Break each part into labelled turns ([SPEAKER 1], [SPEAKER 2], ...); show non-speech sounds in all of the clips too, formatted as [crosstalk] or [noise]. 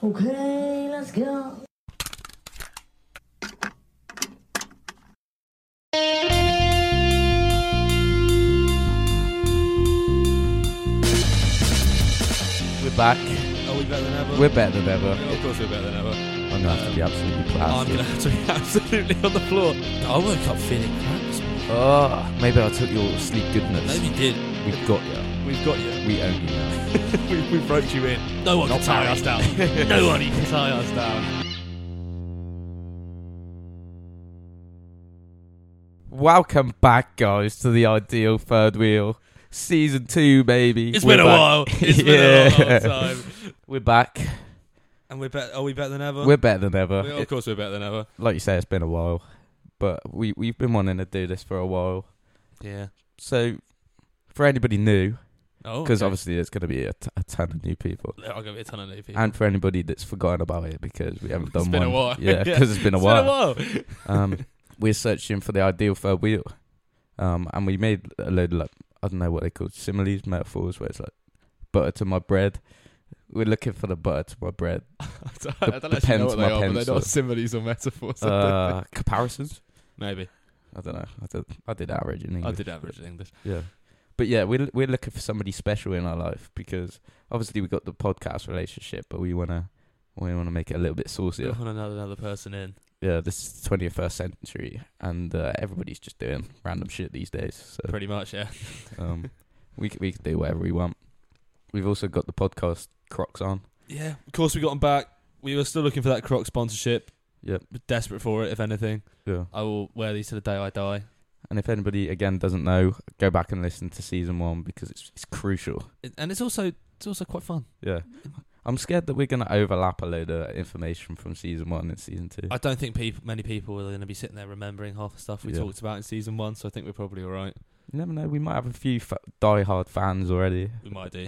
[SPEAKER 1] Okay, let's go.
[SPEAKER 2] We're back.
[SPEAKER 3] Are we better than ever?
[SPEAKER 2] We're better than ever.
[SPEAKER 3] of course we're better than ever.
[SPEAKER 2] I'm gonna have to be absolutely
[SPEAKER 3] I'm
[SPEAKER 2] plastered.
[SPEAKER 3] gonna have to be [laughs] absolutely on the floor. I woke up feeling cramps.
[SPEAKER 2] Oh, maybe I took your sleep goodness.
[SPEAKER 3] Maybe you did.
[SPEAKER 2] We've got you.
[SPEAKER 3] We've got you.
[SPEAKER 2] We own you now.
[SPEAKER 3] [laughs] we, we roped you in. No one
[SPEAKER 2] Not
[SPEAKER 3] can tie
[SPEAKER 2] Barry.
[SPEAKER 3] us down. [laughs] Nobody can tie us down.
[SPEAKER 2] Welcome back, guys, to the Ideal Third Wheel, season two, baby.
[SPEAKER 3] It's
[SPEAKER 2] We're
[SPEAKER 3] been a
[SPEAKER 2] back. [laughs]
[SPEAKER 3] while. It's been a
[SPEAKER 2] Yeah.
[SPEAKER 3] long time.
[SPEAKER 2] We're back.
[SPEAKER 3] And we're better. Are we better than ever?
[SPEAKER 2] We're better than ever.
[SPEAKER 3] Yeah, of course we're better than ever.
[SPEAKER 2] like you say, it's been a while, but we we've been wanting to do this for a while.
[SPEAKER 3] Yeah.
[SPEAKER 2] So, for anybody new,
[SPEAKER 3] Oh.
[SPEAKER 2] because
[SPEAKER 3] okay.
[SPEAKER 2] obviously there's going to be a, t- a ton of new people,
[SPEAKER 3] I'll go get a ton of new people.
[SPEAKER 2] and for anybody that's forgotten about it because we haven't done one,
[SPEAKER 3] it's been a while. [laughs]
[SPEAKER 2] yeah, because it's been a while.
[SPEAKER 3] Been a while. [laughs]
[SPEAKER 2] um, [laughs] we're searching for the ideal third wheel, um, and we made a load of like I don't know what they called similes, metaphors, where it's like butter to my bread. We're looking for the butter to my bread.
[SPEAKER 3] I don't, I
[SPEAKER 2] The-
[SPEAKER 3] don't
[SPEAKER 2] the
[SPEAKER 3] actually know
[SPEAKER 2] pens
[SPEAKER 3] what
[SPEAKER 2] my
[SPEAKER 3] they are, but
[SPEAKER 2] pencil.
[SPEAKER 3] they're not similes or metaphors. I don't think.
[SPEAKER 2] Uh, comparisons.
[SPEAKER 3] [laughs] Maybe.
[SPEAKER 2] I don't know. I did. I did average in English.
[SPEAKER 3] I did average in English.
[SPEAKER 2] Yeah. But yeah, we're we're looking for somebody special in our life because obviously we got the podcast relationship, but we wanna we wanna make it a little bit
[SPEAKER 3] We [laughs]
[SPEAKER 2] saucier.
[SPEAKER 3] want another, another person in.
[SPEAKER 2] Yeah, this is the twentieth first century, and uh, everybody's just doing random shit these days. So
[SPEAKER 3] Pretty much, yeah.
[SPEAKER 2] um, we c- we can do whatever we want. We've also got the podcast Crocs on.
[SPEAKER 3] Yeah, of course we got him back. We were still looking for that Croc sponsorship.
[SPEAKER 2] Yep.
[SPEAKER 3] We're desperate for it, if anything.
[SPEAKER 2] Yeah.
[SPEAKER 3] I will wear these to the day I die.
[SPEAKER 2] And if anybody again doesn't know, go back and listen to season one because it's it's crucial.
[SPEAKER 3] It- and it's also it's also quite fun.
[SPEAKER 2] Yeah. I'm scared that we're gonna overlap a load of information from season one and season two.
[SPEAKER 3] I don't think peop many people are going to be sitting there remembering half the stuff we
[SPEAKER 2] Yeah.
[SPEAKER 3] talked about in season one, so I think we're probably all right.
[SPEAKER 2] You never know. We might have a few fa- die-hard fans already,
[SPEAKER 3] We might do.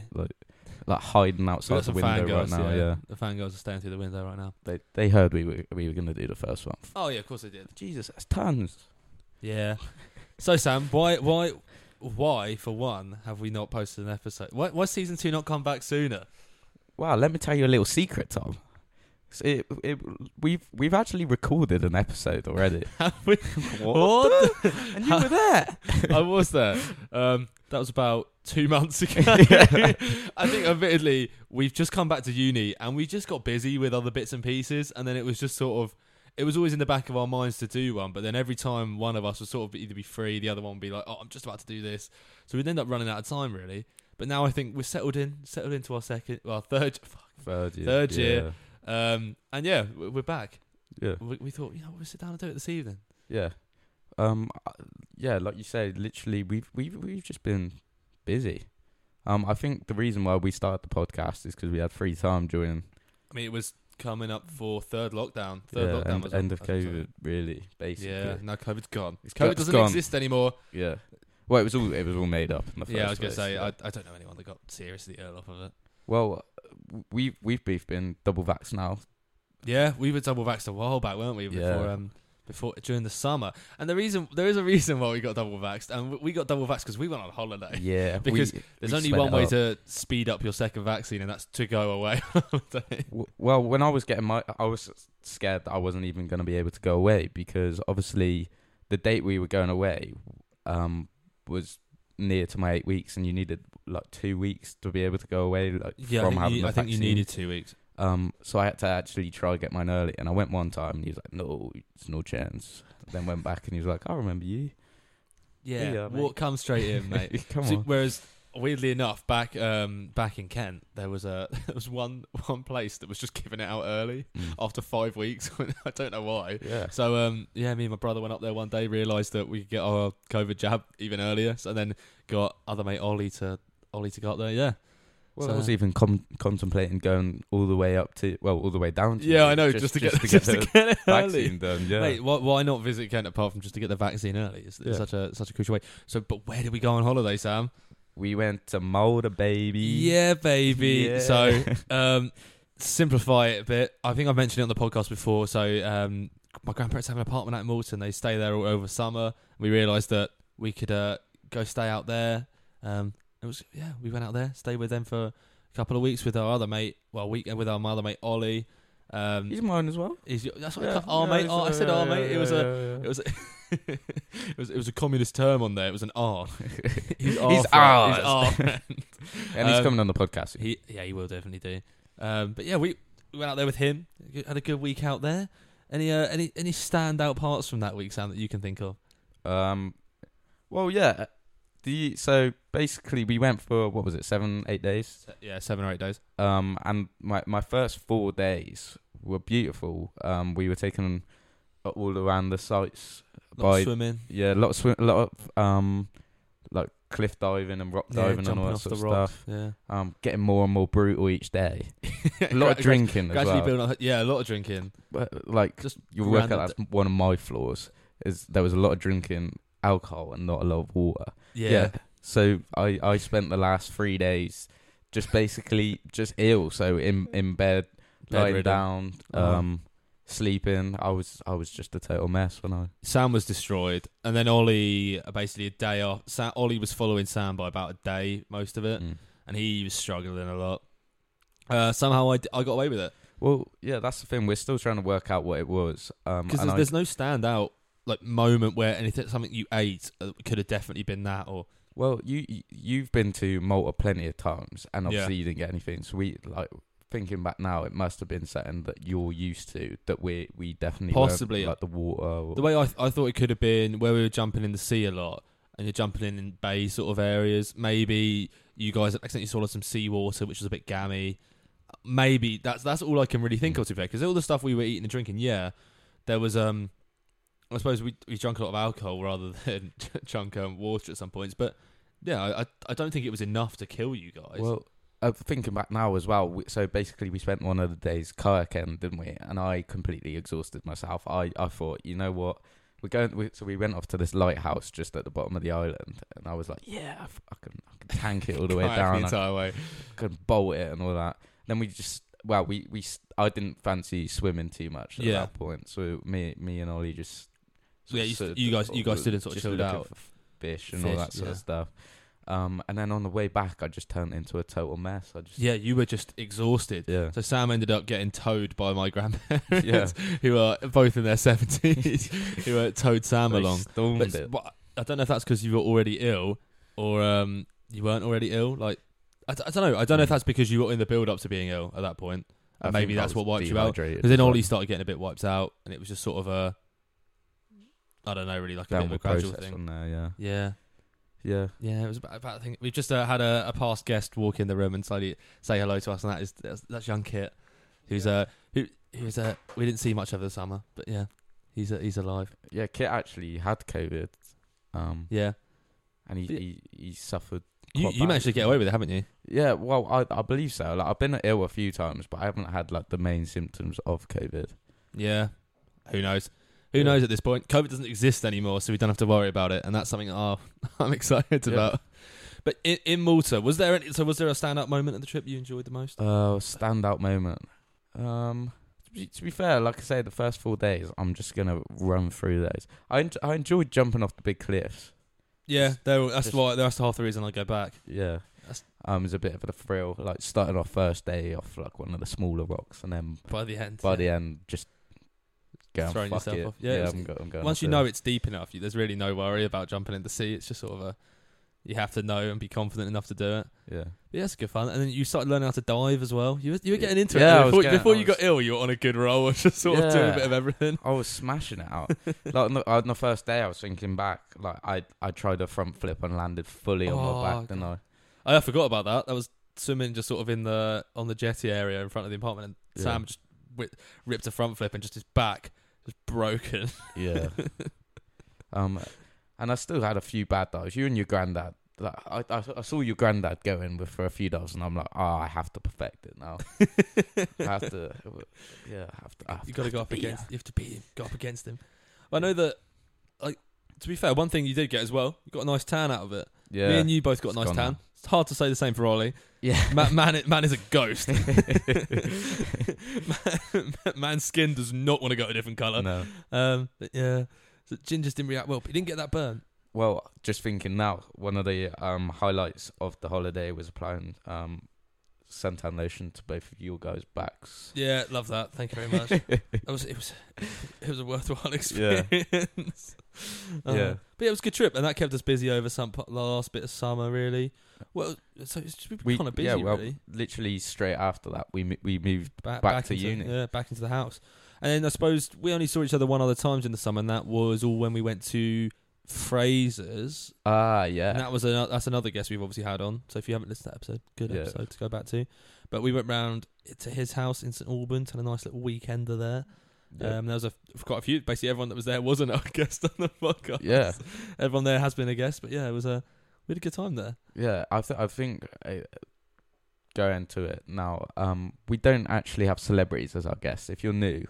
[SPEAKER 2] like hiding
[SPEAKER 3] So
[SPEAKER 2] outside
[SPEAKER 3] that's
[SPEAKER 2] the
[SPEAKER 3] some
[SPEAKER 2] window right
[SPEAKER 3] fangirls,
[SPEAKER 2] now. Yeah.
[SPEAKER 3] The fangirls are staying through the window right now.
[SPEAKER 2] they they heard we were we were gonna do the first one.
[SPEAKER 3] Oh, yeah, of course they did.
[SPEAKER 2] Jesus, that's tons.
[SPEAKER 3] Yeah. so, Sam, why, why, why, for one, have we not posted an episode? Why, why season two not come back sooner?
[SPEAKER 2] Wow, let me tell you a little secret, Tom. So it, it, we've we've actually recorded an episode
[SPEAKER 3] [laughs]
[SPEAKER 2] already.
[SPEAKER 3] Have we? [laughs]
[SPEAKER 2] the- and you were there.
[SPEAKER 3] I was there. Um, that was about two
[SPEAKER 2] [laughs]
[SPEAKER 3] months ago. [laughs] I think, admittedly, we've just come back to uni and we just got busy with other bits and pieces. And then it was just sort of, it was always in the back of our minds to do one. But then every time one of us would sort of either be free, the other one would be like, oh, I'm just about to do this. So we'd end up running out of time, really. But now I think we're settled in, settled into our second, well, third. [laughs] fuck.
[SPEAKER 2] Third year.
[SPEAKER 3] Third year. Um, and yeah, we- we're back.
[SPEAKER 2] Yeah.
[SPEAKER 3] We, we thought, you know, we'll sit down and do it this evening.
[SPEAKER 2] Yeah. Um. uh, Yeah, like you say, literally, we've we've we've just been busy. Um, I think the reason why we started the podcast is because we had free time during
[SPEAKER 3] I mean, it was coming up for third lockdown. Third
[SPEAKER 2] yeah,
[SPEAKER 3] lockdown
[SPEAKER 2] end,
[SPEAKER 3] was
[SPEAKER 2] end of
[SPEAKER 3] I think so.
[SPEAKER 2] COVID, really, basically.
[SPEAKER 3] Yeah, now COVID's gone.
[SPEAKER 2] It's
[SPEAKER 3] COVID
[SPEAKER 2] go-
[SPEAKER 3] doesn't
[SPEAKER 2] gone.
[SPEAKER 3] exist anymore.
[SPEAKER 2] Yeah. Well, it was all it was all made up. In the first
[SPEAKER 3] yeah, I was gonna
[SPEAKER 2] place,
[SPEAKER 3] say
[SPEAKER 2] yeah.
[SPEAKER 3] I, I don't know anyone that got seriously ill off of it.
[SPEAKER 2] well, we we've both been double vax
[SPEAKER 3] [laughs]
[SPEAKER 2] now.
[SPEAKER 3] Yeah, we were double vaxxed a while back, weren't we? Before
[SPEAKER 2] Yeah.
[SPEAKER 3] um before during the summer, and the reason there is a reason why we got double vaxxed, and we- we got double vaxxed because we went on holiday.
[SPEAKER 2] Yeah,
[SPEAKER 3] Because
[SPEAKER 2] we-
[SPEAKER 3] There's
[SPEAKER 2] we
[SPEAKER 3] only
[SPEAKER 2] sped
[SPEAKER 3] one
[SPEAKER 2] it
[SPEAKER 3] way
[SPEAKER 2] up.
[SPEAKER 3] to speed up your second vaccine, and that's to go away. [laughs] on holiday.
[SPEAKER 2] W- Well, when I was getting my, I was scared that I wasn't even going to be able to go away because obviously the date we were going away um, was near to my eight weeks, and you needed like two weeks to be able to go away. Like,
[SPEAKER 3] yeah, I
[SPEAKER 2] from
[SPEAKER 3] think,
[SPEAKER 2] having
[SPEAKER 3] you,
[SPEAKER 2] the
[SPEAKER 3] I think you
[SPEAKER 2] vaccine.
[SPEAKER 3] needed two weeks.
[SPEAKER 2] Um, so I had to actually try and get mine early, and I went one time, and he was like, "No, it's no chance." Then went back, and he was like, "I remember you."
[SPEAKER 3] Yeah,
[SPEAKER 2] Yeah, mate.
[SPEAKER 3] walk, come straight [laughs] in, mate.
[SPEAKER 2] Come
[SPEAKER 3] See,
[SPEAKER 2] on.
[SPEAKER 3] whereas weirdly enough, back um back in Kent, there was a [laughs] there was one one place that was just giving it out early
[SPEAKER 2] Mm.
[SPEAKER 3] after five weeks. [laughs] I don't know why.
[SPEAKER 2] Yeah.
[SPEAKER 3] So um Oh, yeah, me and my brother went up there one day, realised that we could get our COVID jab even earlier, so then got other mate Ollie to Ollie to go up there. Yeah,
[SPEAKER 2] Well,
[SPEAKER 3] So-
[SPEAKER 2] I was even com- contemplating going all the way up to, well, all the way down. To
[SPEAKER 3] yeah,
[SPEAKER 2] you,
[SPEAKER 3] I know. Just, to get [laughs] just to
[SPEAKER 2] the
[SPEAKER 3] get it early.
[SPEAKER 2] vaccine done. Yeah.
[SPEAKER 3] Mate, why, why not visit Kent apart from just to get the vaccine early? It's, it's
[SPEAKER 2] Yeah.
[SPEAKER 3] such a such a crucial way. So, but where did we go on holiday, Sam?
[SPEAKER 2] We went to Mulder, baby.
[SPEAKER 3] Yeah, baby.
[SPEAKER 2] Yeah.
[SPEAKER 3] So, um, simplify it a bit. I think I've mentioned it on the podcast before. So, um, my grandparents have an apartment out in Malton. They stay there all over summer. We realised that we could uh, go stay out there. Um, it was yeah, we went out there, stayed with them for a couple of weeks with our other mate. Well, weekend with our other mate Ollie. Um,
[SPEAKER 2] He's mine as well.
[SPEAKER 3] is your- that's what I, ca- our mate. oh, I said our mate. It was a it was a [laughs] it was it was a communist term on there. It was an [laughs] R. He's our
[SPEAKER 2] He's
[SPEAKER 3] friend. He's
[SPEAKER 2] ours.
[SPEAKER 3] our [laughs] friend.
[SPEAKER 2] and he's
[SPEAKER 3] um,
[SPEAKER 2] coming on the podcast.
[SPEAKER 3] He yeah, he will definitely do. Um, but yeah, we, we went out there with him. Had a good week out there. Any uh, any any standout parts from that week, Sam, that you can think of?
[SPEAKER 2] Um, well, yeah. The so basically we went for what was it, seven, eight days.
[SPEAKER 3] Uh, Yeah, seven or eight days.
[SPEAKER 2] um, and my, my first four days were beautiful. Um, we were taken all around the sites
[SPEAKER 3] Lots
[SPEAKER 2] by
[SPEAKER 3] of swimming.
[SPEAKER 2] yeah, a lot of swim, a lot of um, like cliff diving and rock
[SPEAKER 3] yeah,
[SPEAKER 2] diving and
[SPEAKER 3] jumping
[SPEAKER 2] all that
[SPEAKER 3] off
[SPEAKER 2] sort of
[SPEAKER 3] the rocks,
[SPEAKER 2] stuff.
[SPEAKER 3] [laughs]
[SPEAKER 2] Um, getting more and more brutal each day.
[SPEAKER 3] Yeah,
[SPEAKER 2] [laughs] A lot of
[SPEAKER 3] Gra-
[SPEAKER 2] drinking as
[SPEAKER 3] Gradually
[SPEAKER 2] well.
[SPEAKER 3] building up. Yeah, a lot of drinking.
[SPEAKER 2] But, like
[SPEAKER 3] Just
[SPEAKER 2] you'll work
[SPEAKER 3] random
[SPEAKER 2] out that's one of my flaws is there was a lot of drinking alcohol and not a lot of water.
[SPEAKER 3] Yeah.
[SPEAKER 2] So I I spent the last three days just basically just ill. So in in bed, lying
[SPEAKER 3] Bedridden.
[SPEAKER 2] down,
[SPEAKER 3] Uh-huh.
[SPEAKER 2] um, sleeping. I was I was just a total mess when I.
[SPEAKER 3] Sam was destroyed, and then Ollie uh, basically a day off. Sam, Ollie was following Sam by about a day, most of it,
[SPEAKER 2] Mm.
[SPEAKER 3] and he was struggling a lot. Uh, somehow I, d- I got away with it
[SPEAKER 2] Well, yeah, that's the thing. We're still trying to work out what it was. Um,
[SPEAKER 3] because
[SPEAKER 2] and
[SPEAKER 3] there's,
[SPEAKER 2] I-
[SPEAKER 3] there's no standout like moment where anything something you ate uh, could have definitely been that or
[SPEAKER 2] well, you you- you've been to Malta plenty of times, and
[SPEAKER 3] Yeah.
[SPEAKER 2] obviously you didn't get anything. So we like thinking back now, it must have been something that you're used to that we we definitely weren't,
[SPEAKER 3] Possibly.
[SPEAKER 2] like the water. Or,
[SPEAKER 3] the way I, th- I thought it could have been where we were jumping in the sea a lot and you're jumping in, in bay sort of areas. Maybe you guys accidentally swallowed some seawater, which was a bit gammy. Maybe that's that's all I can really
[SPEAKER 2] Mm.
[SPEAKER 3] think of to be because all the stuff we were eating and drinking, yeah, there was um, I suppose we we drank a lot of alcohol rather [laughs] than drunk um, water at some points, but yeah, I I- I don't think it was enough to kill you guys.
[SPEAKER 2] Well, uh, thinking back now as well, we, so basically we spent one of the days kayaking, didn't we? And I completely exhausted myself. I, I thought, you know what? We're going. We, so we went off to this lighthouse just at the bottom of the island, and I was like, yeah, I, f- I can, I can tank it all
[SPEAKER 3] [laughs]
[SPEAKER 2] the way
[SPEAKER 3] Kayak
[SPEAKER 2] down.
[SPEAKER 3] the
[SPEAKER 2] I
[SPEAKER 3] entire way.
[SPEAKER 2] can bolt it and all that. Then we just. Well, we, we s- I didn't fancy swimming too much at
[SPEAKER 3] Yeah.
[SPEAKER 2] that point, so me me and Ollie just
[SPEAKER 3] So yeah, you,
[SPEAKER 2] sort of-
[SPEAKER 3] st- you guys you guys stood and sort of
[SPEAKER 2] just
[SPEAKER 3] chilled
[SPEAKER 2] looking
[SPEAKER 3] out.
[SPEAKER 2] for fish and all
[SPEAKER 3] Fish,
[SPEAKER 2] that sort of
[SPEAKER 3] yeah.
[SPEAKER 2] stuff. Um, and then on the way back, I just turned into a total mess. I just
[SPEAKER 3] Yeah, you were just exhausted.
[SPEAKER 2] yeah.
[SPEAKER 3] So Sam ended up getting towed by my grandparents,
[SPEAKER 2] Yeah.
[SPEAKER 3] [laughs] who are both in
[SPEAKER 2] [laughs]
[SPEAKER 3] their seventies, who uh, towed Sam
[SPEAKER 2] They
[SPEAKER 3] along.
[SPEAKER 2] stormed
[SPEAKER 3] But,
[SPEAKER 2] it.
[SPEAKER 3] but I don't know if that's because you were already ill or um, you weren't already ill. Like I, don't know. I don't know if
[SPEAKER 2] Mm.
[SPEAKER 3] that's because you were in the build up to being ill at that point.
[SPEAKER 2] I
[SPEAKER 3] maybe
[SPEAKER 2] think I
[SPEAKER 3] that's
[SPEAKER 2] was
[SPEAKER 3] what wiped you out.
[SPEAKER 2] dehydrated
[SPEAKER 3] Because then
[SPEAKER 2] as well.
[SPEAKER 3] Ollie started getting a bit wiped out, and it was just sort of a I don't know, really like a bit of a
[SPEAKER 2] downward
[SPEAKER 3] gradual
[SPEAKER 2] process
[SPEAKER 3] thing.
[SPEAKER 2] on there. Yeah,
[SPEAKER 3] Yeah.
[SPEAKER 2] yeah.
[SPEAKER 3] Yeah, it was about, about thing. We just uh, had a, a past guest walk in the room and slightly say hello to us, and that is that's, that's young Kit, who's uh who who's uh we didn't see much over the summer, but yeah, he's uh, he's alive.
[SPEAKER 2] Yeah, Kit actually had COVID, um,
[SPEAKER 3] Yeah,
[SPEAKER 2] and he,
[SPEAKER 3] Yeah.
[SPEAKER 2] he he suffered.
[SPEAKER 3] you,
[SPEAKER 2] quite
[SPEAKER 3] you managed to
[SPEAKER 2] badly.
[SPEAKER 3] get away with it, haven't you?
[SPEAKER 2] Yeah, well, I I believe so. Like I've been ill a few times, but I haven't had like the main symptoms of COVID.
[SPEAKER 3] Yeah, who knows. Who
[SPEAKER 2] Yeah.
[SPEAKER 3] knows at this point? COVID doesn't exist anymore, so we don't have to worry about it, and that's something that oh, [laughs] I'm excited
[SPEAKER 2] Yeah.
[SPEAKER 3] about. But in, in Malta, was there any, so was there a stand-up moment of the trip you enjoyed the most?
[SPEAKER 2] Uh, standout moment. Um, to be, to be fair, like I say, the first four days, I'm just gonna run through those. I en- I enjoyed jumping off the big cliffs.
[SPEAKER 3] Yeah, there, were- that's
[SPEAKER 2] Just-
[SPEAKER 3] why that's half the reason I go back.
[SPEAKER 2] Yeah.
[SPEAKER 3] That's-
[SPEAKER 2] Um, it's a bit of a thrill. Like starting off first day off like one of the smaller rocks, and then
[SPEAKER 3] By the end,
[SPEAKER 2] by
[SPEAKER 3] yeah.
[SPEAKER 2] the end, just going
[SPEAKER 3] Throwing
[SPEAKER 2] fuck
[SPEAKER 3] yourself
[SPEAKER 2] it.
[SPEAKER 3] off. Yeah, it was-
[SPEAKER 2] I'm, go- I'm going.
[SPEAKER 3] once
[SPEAKER 2] off
[SPEAKER 3] you
[SPEAKER 2] it.
[SPEAKER 3] know it's deep enough, you, there's really no worry about jumping in the sea. It's just sort of a you have to know and be confident enough to do it.
[SPEAKER 2] yeah,
[SPEAKER 3] But yeah, it's good fun. And then you started learning how to dive as well. You were, you were getting into
[SPEAKER 2] Yeah, I
[SPEAKER 3] it
[SPEAKER 2] was
[SPEAKER 3] before,
[SPEAKER 2] getting- I
[SPEAKER 3] before you
[SPEAKER 2] was-
[SPEAKER 3] got ill. You were on a good roll of [laughs] just sort of doing a
[SPEAKER 2] Yeah.
[SPEAKER 3] bit of everything.
[SPEAKER 2] I was smashing it out. like on the, on the first day, I was thinking back. Like I, I tried a front flip and landed fully on my
[SPEAKER 3] Oh,
[SPEAKER 2] back, and I
[SPEAKER 3] [laughs] I forgot about that. That was swimming just sort of in the on the jetty area in front of the apartment, and
[SPEAKER 2] Yeah.
[SPEAKER 3] Sam just wi ripped a front flip and just his back was broken. [laughs]
[SPEAKER 2] yeah. [laughs] um, and I still had a few bad dives. You and your granddad. Like, I, I, I saw your granddad go in with for a few dives, and I'm like, oh, I have to perfect it now. I have to, [laughs] yeah, I have to. I have
[SPEAKER 3] you got to go up
[SPEAKER 2] beat
[SPEAKER 3] against. You have to beat him. Go up against him. I know that. Like to be fair, one thing you did get as well. You got a nice tan out of it.
[SPEAKER 2] Yeah,
[SPEAKER 3] Me and you both got a
[SPEAKER 2] It's
[SPEAKER 3] nice
[SPEAKER 2] gone
[SPEAKER 3] tan.
[SPEAKER 2] now.
[SPEAKER 3] It's hard to say the same for Ollie.
[SPEAKER 2] yeah.
[SPEAKER 3] Man, man, man is a ghost. [laughs] man, man's skin does not want to go a different
[SPEAKER 2] [laughs]
[SPEAKER 3] colour.
[SPEAKER 2] no.
[SPEAKER 3] Um, but yeah, so Jin just didn't react well. But he didn't get that burn.
[SPEAKER 2] Well, just thinking now, one of the um highlights of the holiday was applying um suntan lotion to both of your guys' backs.
[SPEAKER 3] Yeah, love that. Thank you very
[SPEAKER 2] [laughs]
[SPEAKER 3] much. it was it was it was a worthwhile [laughs]
[SPEAKER 2] Yeah.
[SPEAKER 3] experience. Yeah.
[SPEAKER 2] [laughs] Yeah.
[SPEAKER 3] But yeah, it was a good trip, and that kept us busy over some p- the last bit of summer, really. Well, so it's just, we've been kind of busy,
[SPEAKER 2] yeah, well,
[SPEAKER 3] really.
[SPEAKER 2] literally straight after that, we mo- we moved.
[SPEAKER 3] Back,
[SPEAKER 2] back to
[SPEAKER 3] into,
[SPEAKER 2] uni.
[SPEAKER 3] Yeah, back into the house. And then I suppose we only saw each other one other times in the summer, and that was all when we went to Fraser's.
[SPEAKER 2] Ah, yeah,
[SPEAKER 3] And that was another, that's another guest we've obviously had on. So if you haven't listened to that episode, good
[SPEAKER 2] Yeah.
[SPEAKER 3] episode to go back to. But we went round to his house in St Albans, had a nice little weekender there.
[SPEAKER 2] yeah.
[SPEAKER 3] Um, [laughs] there was a, quite a few. Basically, everyone that was there wasn't [laughs] our guest on the podcast.
[SPEAKER 2] Yeah.
[SPEAKER 3] everyone there has been a guest, but yeah, it was a we had a good time there. [laughs]
[SPEAKER 2] Yeah, I th- I think uh, going to it now. Um, we don't actually have celebrities as our guests. If you're
[SPEAKER 3] [laughs]
[SPEAKER 2] new,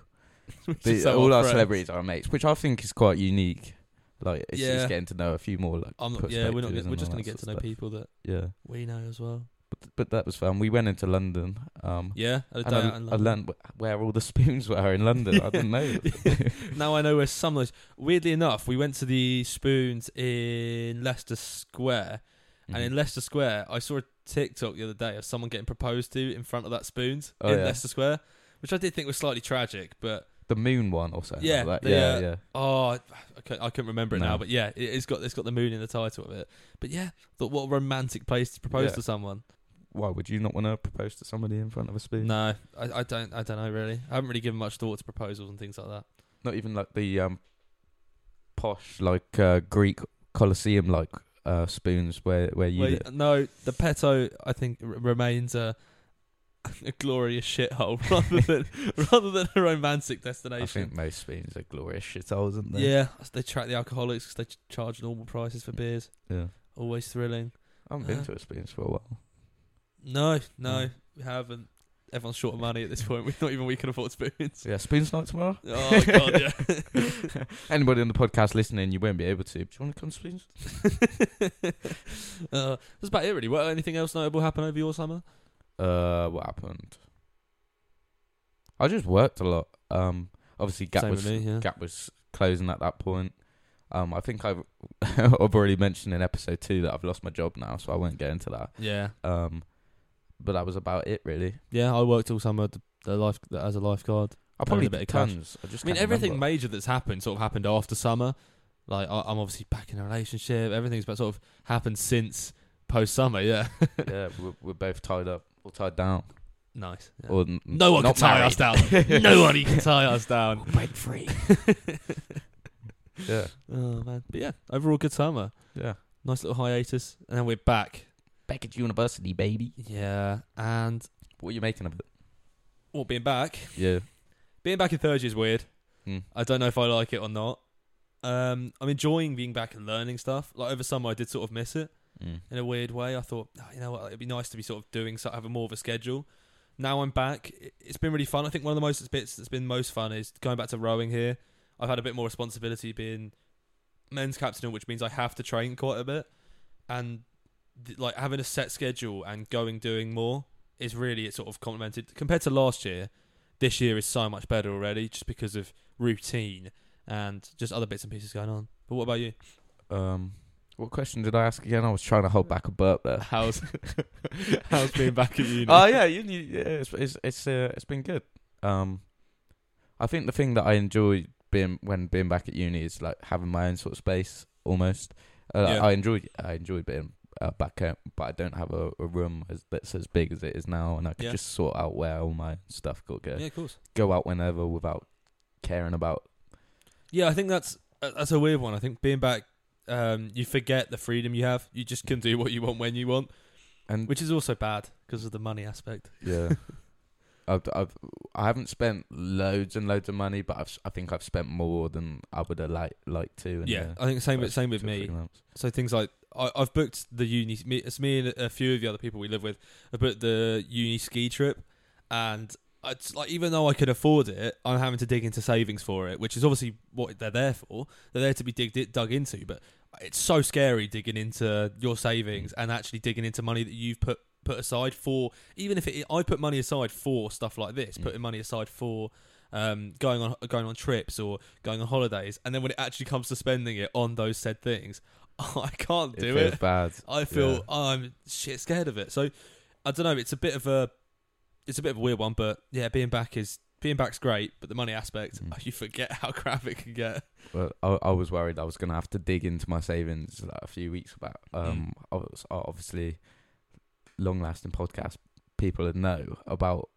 [SPEAKER 3] We
[SPEAKER 2] the,
[SPEAKER 3] just have
[SPEAKER 2] all our
[SPEAKER 3] friends.
[SPEAKER 2] celebrities are our mates, which I think is quite unique. Like, it's
[SPEAKER 3] Yeah.
[SPEAKER 2] just getting to know a few more. Like,
[SPEAKER 3] I'm not, yeah, we're not.
[SPEAKER 2] perspectives
[SPEAKER 3] We're
[SPEAKER 2] and
[SPEAKER 3] just
[SPEAKER 2] all
[SPEAKER 3] gonna
[SPEAKER 2] that
[SPEAKER 3] get to
[SPEAKER 2] sort
[SPEAKER 3] know
[SPEAKER 2] of stuff.
[SPEAKER 3] people that
[SPEAKER 2] Yeah,
[SPEAKER 3] we know as well.
[SPEAKER 2] but but that was fun. We went into London. Um,
[SPEAKER 3] Yeah, I
[SPEAKER 2] and I, I learned wh- where all the [laughs] spoons were in London. I
[SPEAKER 3] [laughs]
[SPEAKER 2] didn't know.
[SPEAKER 3] now I know where some of those. Weirdly enough, we went to the spoons in Leicester Square,
[SPEAKER 2] Mm-hmm.
[SPEAKER 3] and in Leicester Square, I saw a TikTok the other day of someone getting proposed to in front of that spoons
[SPEAKER 2] Oh,
[SPEAKER 3] in
[SPEAKER 2] yeah.
[SPEAKER 3] Leicester Square, which I did think was slightly tragic, but
[SPEAKER 2] [laughs] the moon one or something.
[SPEAKER 3] Yeah,
[SPEAKER 2] like that.
[SPEAKER 3] the,
[SPEAKER 2] yeah,
[SPEAKER 3] uh,
[SPEAKER 2] yeah.
[SPEAKER 3] Oh, I, I cou- I couldn't remember it
[SPEAKER 2] No.
[SPEAKER 3] now, but yeah, it, it's got it's got the moon in the title of it. But yeah, thought what a romantic place to propose
[SPEAKER 2] Yeah.
[SPEAKER 3] to someone.
[SPEAKER 2] Why would you not want to propose to somebody in front of a spoon?
[SPEAKER 3] No, I, I don't I don't know really. I haven't really given much thought to proposals and things like that.
[SPEAKER 2] Not even like the um, posh like uh, Greek Colosseum like uh, spoons where where you.
[SPEAKER 3] Well,
[SPEAKER 2] live.
[SPEAKER 3] no, the peto I think r- remains a [laughs] a glorious shithole
[SPEAKER 2] [laughs]
[SPEAKER 3] [laughs] rather than rather than a romantic
[SPEAKER 2] I think
[SPEAKER 3] destination.
[SPEAKER 2] most spoons are glorious shitholes, aren't they?
[SPEAKER 3] Yeah, they track the alcoholics 'cause they ch- charge normal prices
[SPEAKER 2] Mm.
[SPEAKER 3] for beers.
[SPEAKER 2] yeah.
[SPEAKER 3] Always thrilling.
[SPEAKER 2] I haven't been
[SPEAKER 3] Uh,
[SPEAKER 2] to a spoons for a while.
[SPEAKER 3] No, no,
[SPEAKER 2] Yeah.
[SPEAKER 3] we haven't. Everyone's short of money at this point. [laughs] We're not even we can afford spoons.
[SPEAKER 2] So yeah, spoons night tomorrow.
[SPEAKER 3] Oh god, yeah.
[SPEAKER 2] [laughs] Anybody on the podcast listening, you won't be able to. Do you want to come to spoons?
[SPEAKER 3] [laughs] uh, that's about it, really. Well, anything else notable happen over your summer?
[SPEAKER 2] Uh, what happened? I just worked a lot. Um, obviously Gap
[SPEAKER 3] Same
[SPEAKER 2] was
[SPEAKER 3] with me, yeah.
[SPEAKER 2] Gap was closing at that point. Um, I think I've [laughs] I've already mentioned in episode two that I've lost my job now, so I won't get into that.
[SPEAKER 3] Yeah,
[SPEAKER 2] Um, but that was about it really.
[SPEAKER 3] yeah. I worked all summer th- the life as a lifeguard.
[SPEAKER 2] I probably
[SPEAKER 3] a bit
[SPEAKER 2] did
[SPEAKER 3] of cash.
[SPEAKER 2] tons. I just
[SPEAKER 3] I mean,
[SPEAKER 2] can't
[SPEAKER 3] everything
[SPEAKER 2] remember.
[SPEAKER 3] major that's happened sort of happened after summer. Like I, I'm obviously back in a relationship. Everything's but sort of happened since post summer. Yeah,
[SPEAKER 2] yeah, we're, we're both tied up or tied down.
[SPEAKER 3] [laughs] nice. yeah.
[SPEAKER 2] Or n-
[SPEAKER 3] no one can
[SPEAKER 2] not
[SPEAKER 3] tie
[SPEAKER 2] married. [laughs]
[SPEAKER 3] us down. Nobody can tie us down.
[SPEAKER 1] Break free.
[SPEAKER 2] Yeah,
[SPEAKER 3] Oh man, but yeah, overall good summer.
[SPEAKER 2] yeah.
[SPEAKER 3] Nice little hiatus, and then we're back.
[SPEAKER 2] Back at university, baby.
[SPEAKER 3] Yeah, and
[SPEAKER 2] What are you making of it?
[SPEAKER 3] well, being back,
[SPEAKER 2] Yeah.
[SPEAKER 3] being back in third year is weird.
[SPEAKER 2] Hmm.
[SPEAKER 3] I don't know if I like it or not. Um, I'm enjoying being back and learning stuff. Like over summer, I did sort of miss it
[SPEAKER 2] Mm.
[SPEAKER 3] in a weird way. I thought, "Oh, you know what, it'd be nice to be sort of doing so, having more of a schedule. Now I'm back. i- It's been really fun. I think one of the most bits that's been most fun is going back to rowing here. I've had a bit more responsibility being men's captain, which means I have to train quite a bit, and th- like having a set schedule and going doing more is really it's sort of complemented compared to last year. This year is so much better already, just because of routine and just other bits and pieces going on. But what about you?
[SPEAKER 2] Um, what question did I ask again? I was trying to hold back a burp there.
[SPEAKER 3] How's [laughs] how's being back at [laughs] uni?
[SPEAKER 2] Oh yeah, you, you, yeah, it's it's it's, uh, it's been good. Um, I think the thing that I enjoy being when being back at uni is like having my own sort of space almost. Uh,
[SPEAKER 3] Yeah.
[SPEAKER 2] I enjoy I enjoy being uh, back home, but I don't have a, a room as, that's as big as it is now, and I can
[SPEAKER 3] Yeah.
[SPEAKER 2] just sort out where all my stuff got go.
[SPEAKER 3] yeah, of course.
[SPEAKER 2] Go out whenever without caring about.
[SPEAKER 3] Yeah, I think that's uh, that's a weird one. I think being back, um, you forget the freedom you have. You just can do what you want when you want,
[SPEAKER 2] And
[SPEAKER 3] which is also bad because of the money aspect.
[SPEAKER 2] Yeah.
[SPEAKER 3] [laughs]
[SPEAKER 2] I've, I've I haven't spent loads and loads of money, but I've s- I think I've spent more than I would have like like to. And
[SPEAKER 3] yeah, I think same with same with
[SPEAKER 2] two or three
[SPEAKER 3] me.
[SPEAKER 2] months.
[SPEAKER 3] So things like I, I've booked the uni. Me, it's me and a few of the other people we live with. I booked the uni ski trip, and it's like even though I could afford it, I'm having to dig into savings for it, which is obviously what they're there for. They're there to be digged dug into, but it's so scary digging into your savings and actually digging into money that you've put put aside for. Even if it, I put money aside for stuff like this,
[SPEAKER 2] Mm.
[SPEAKER 3] putting money aside for. Um, going on going on trips or going on holidays, and then when it actually comes to spending it on those said things, [laughs] oh, I can't do
[SPEAKER 2] feels
[SPEAKER 3] it.
[SPEAKER 2] bad.
[SPEAKER 3] I feel
[SPEAKER 2] yeah.
[SPEAKER 3] I'm shit scared of it. So I don't know. It's a bit of a, it's a bit of a weird one, but yeah, being back is being back's great, but the money aspect,
[SPEAKER 2] Mm.
[SPEAKER 3] oh, [laughs] you forget how crap it can get.
[SPEAKER 2] Well, I, I was worried I was gonna have to dig into my savings like, a few weeks back.
[SPEAKER 3] Mm.
[SPEAKER 2] Um, I was- I obviously, long-lasting podcast people would know about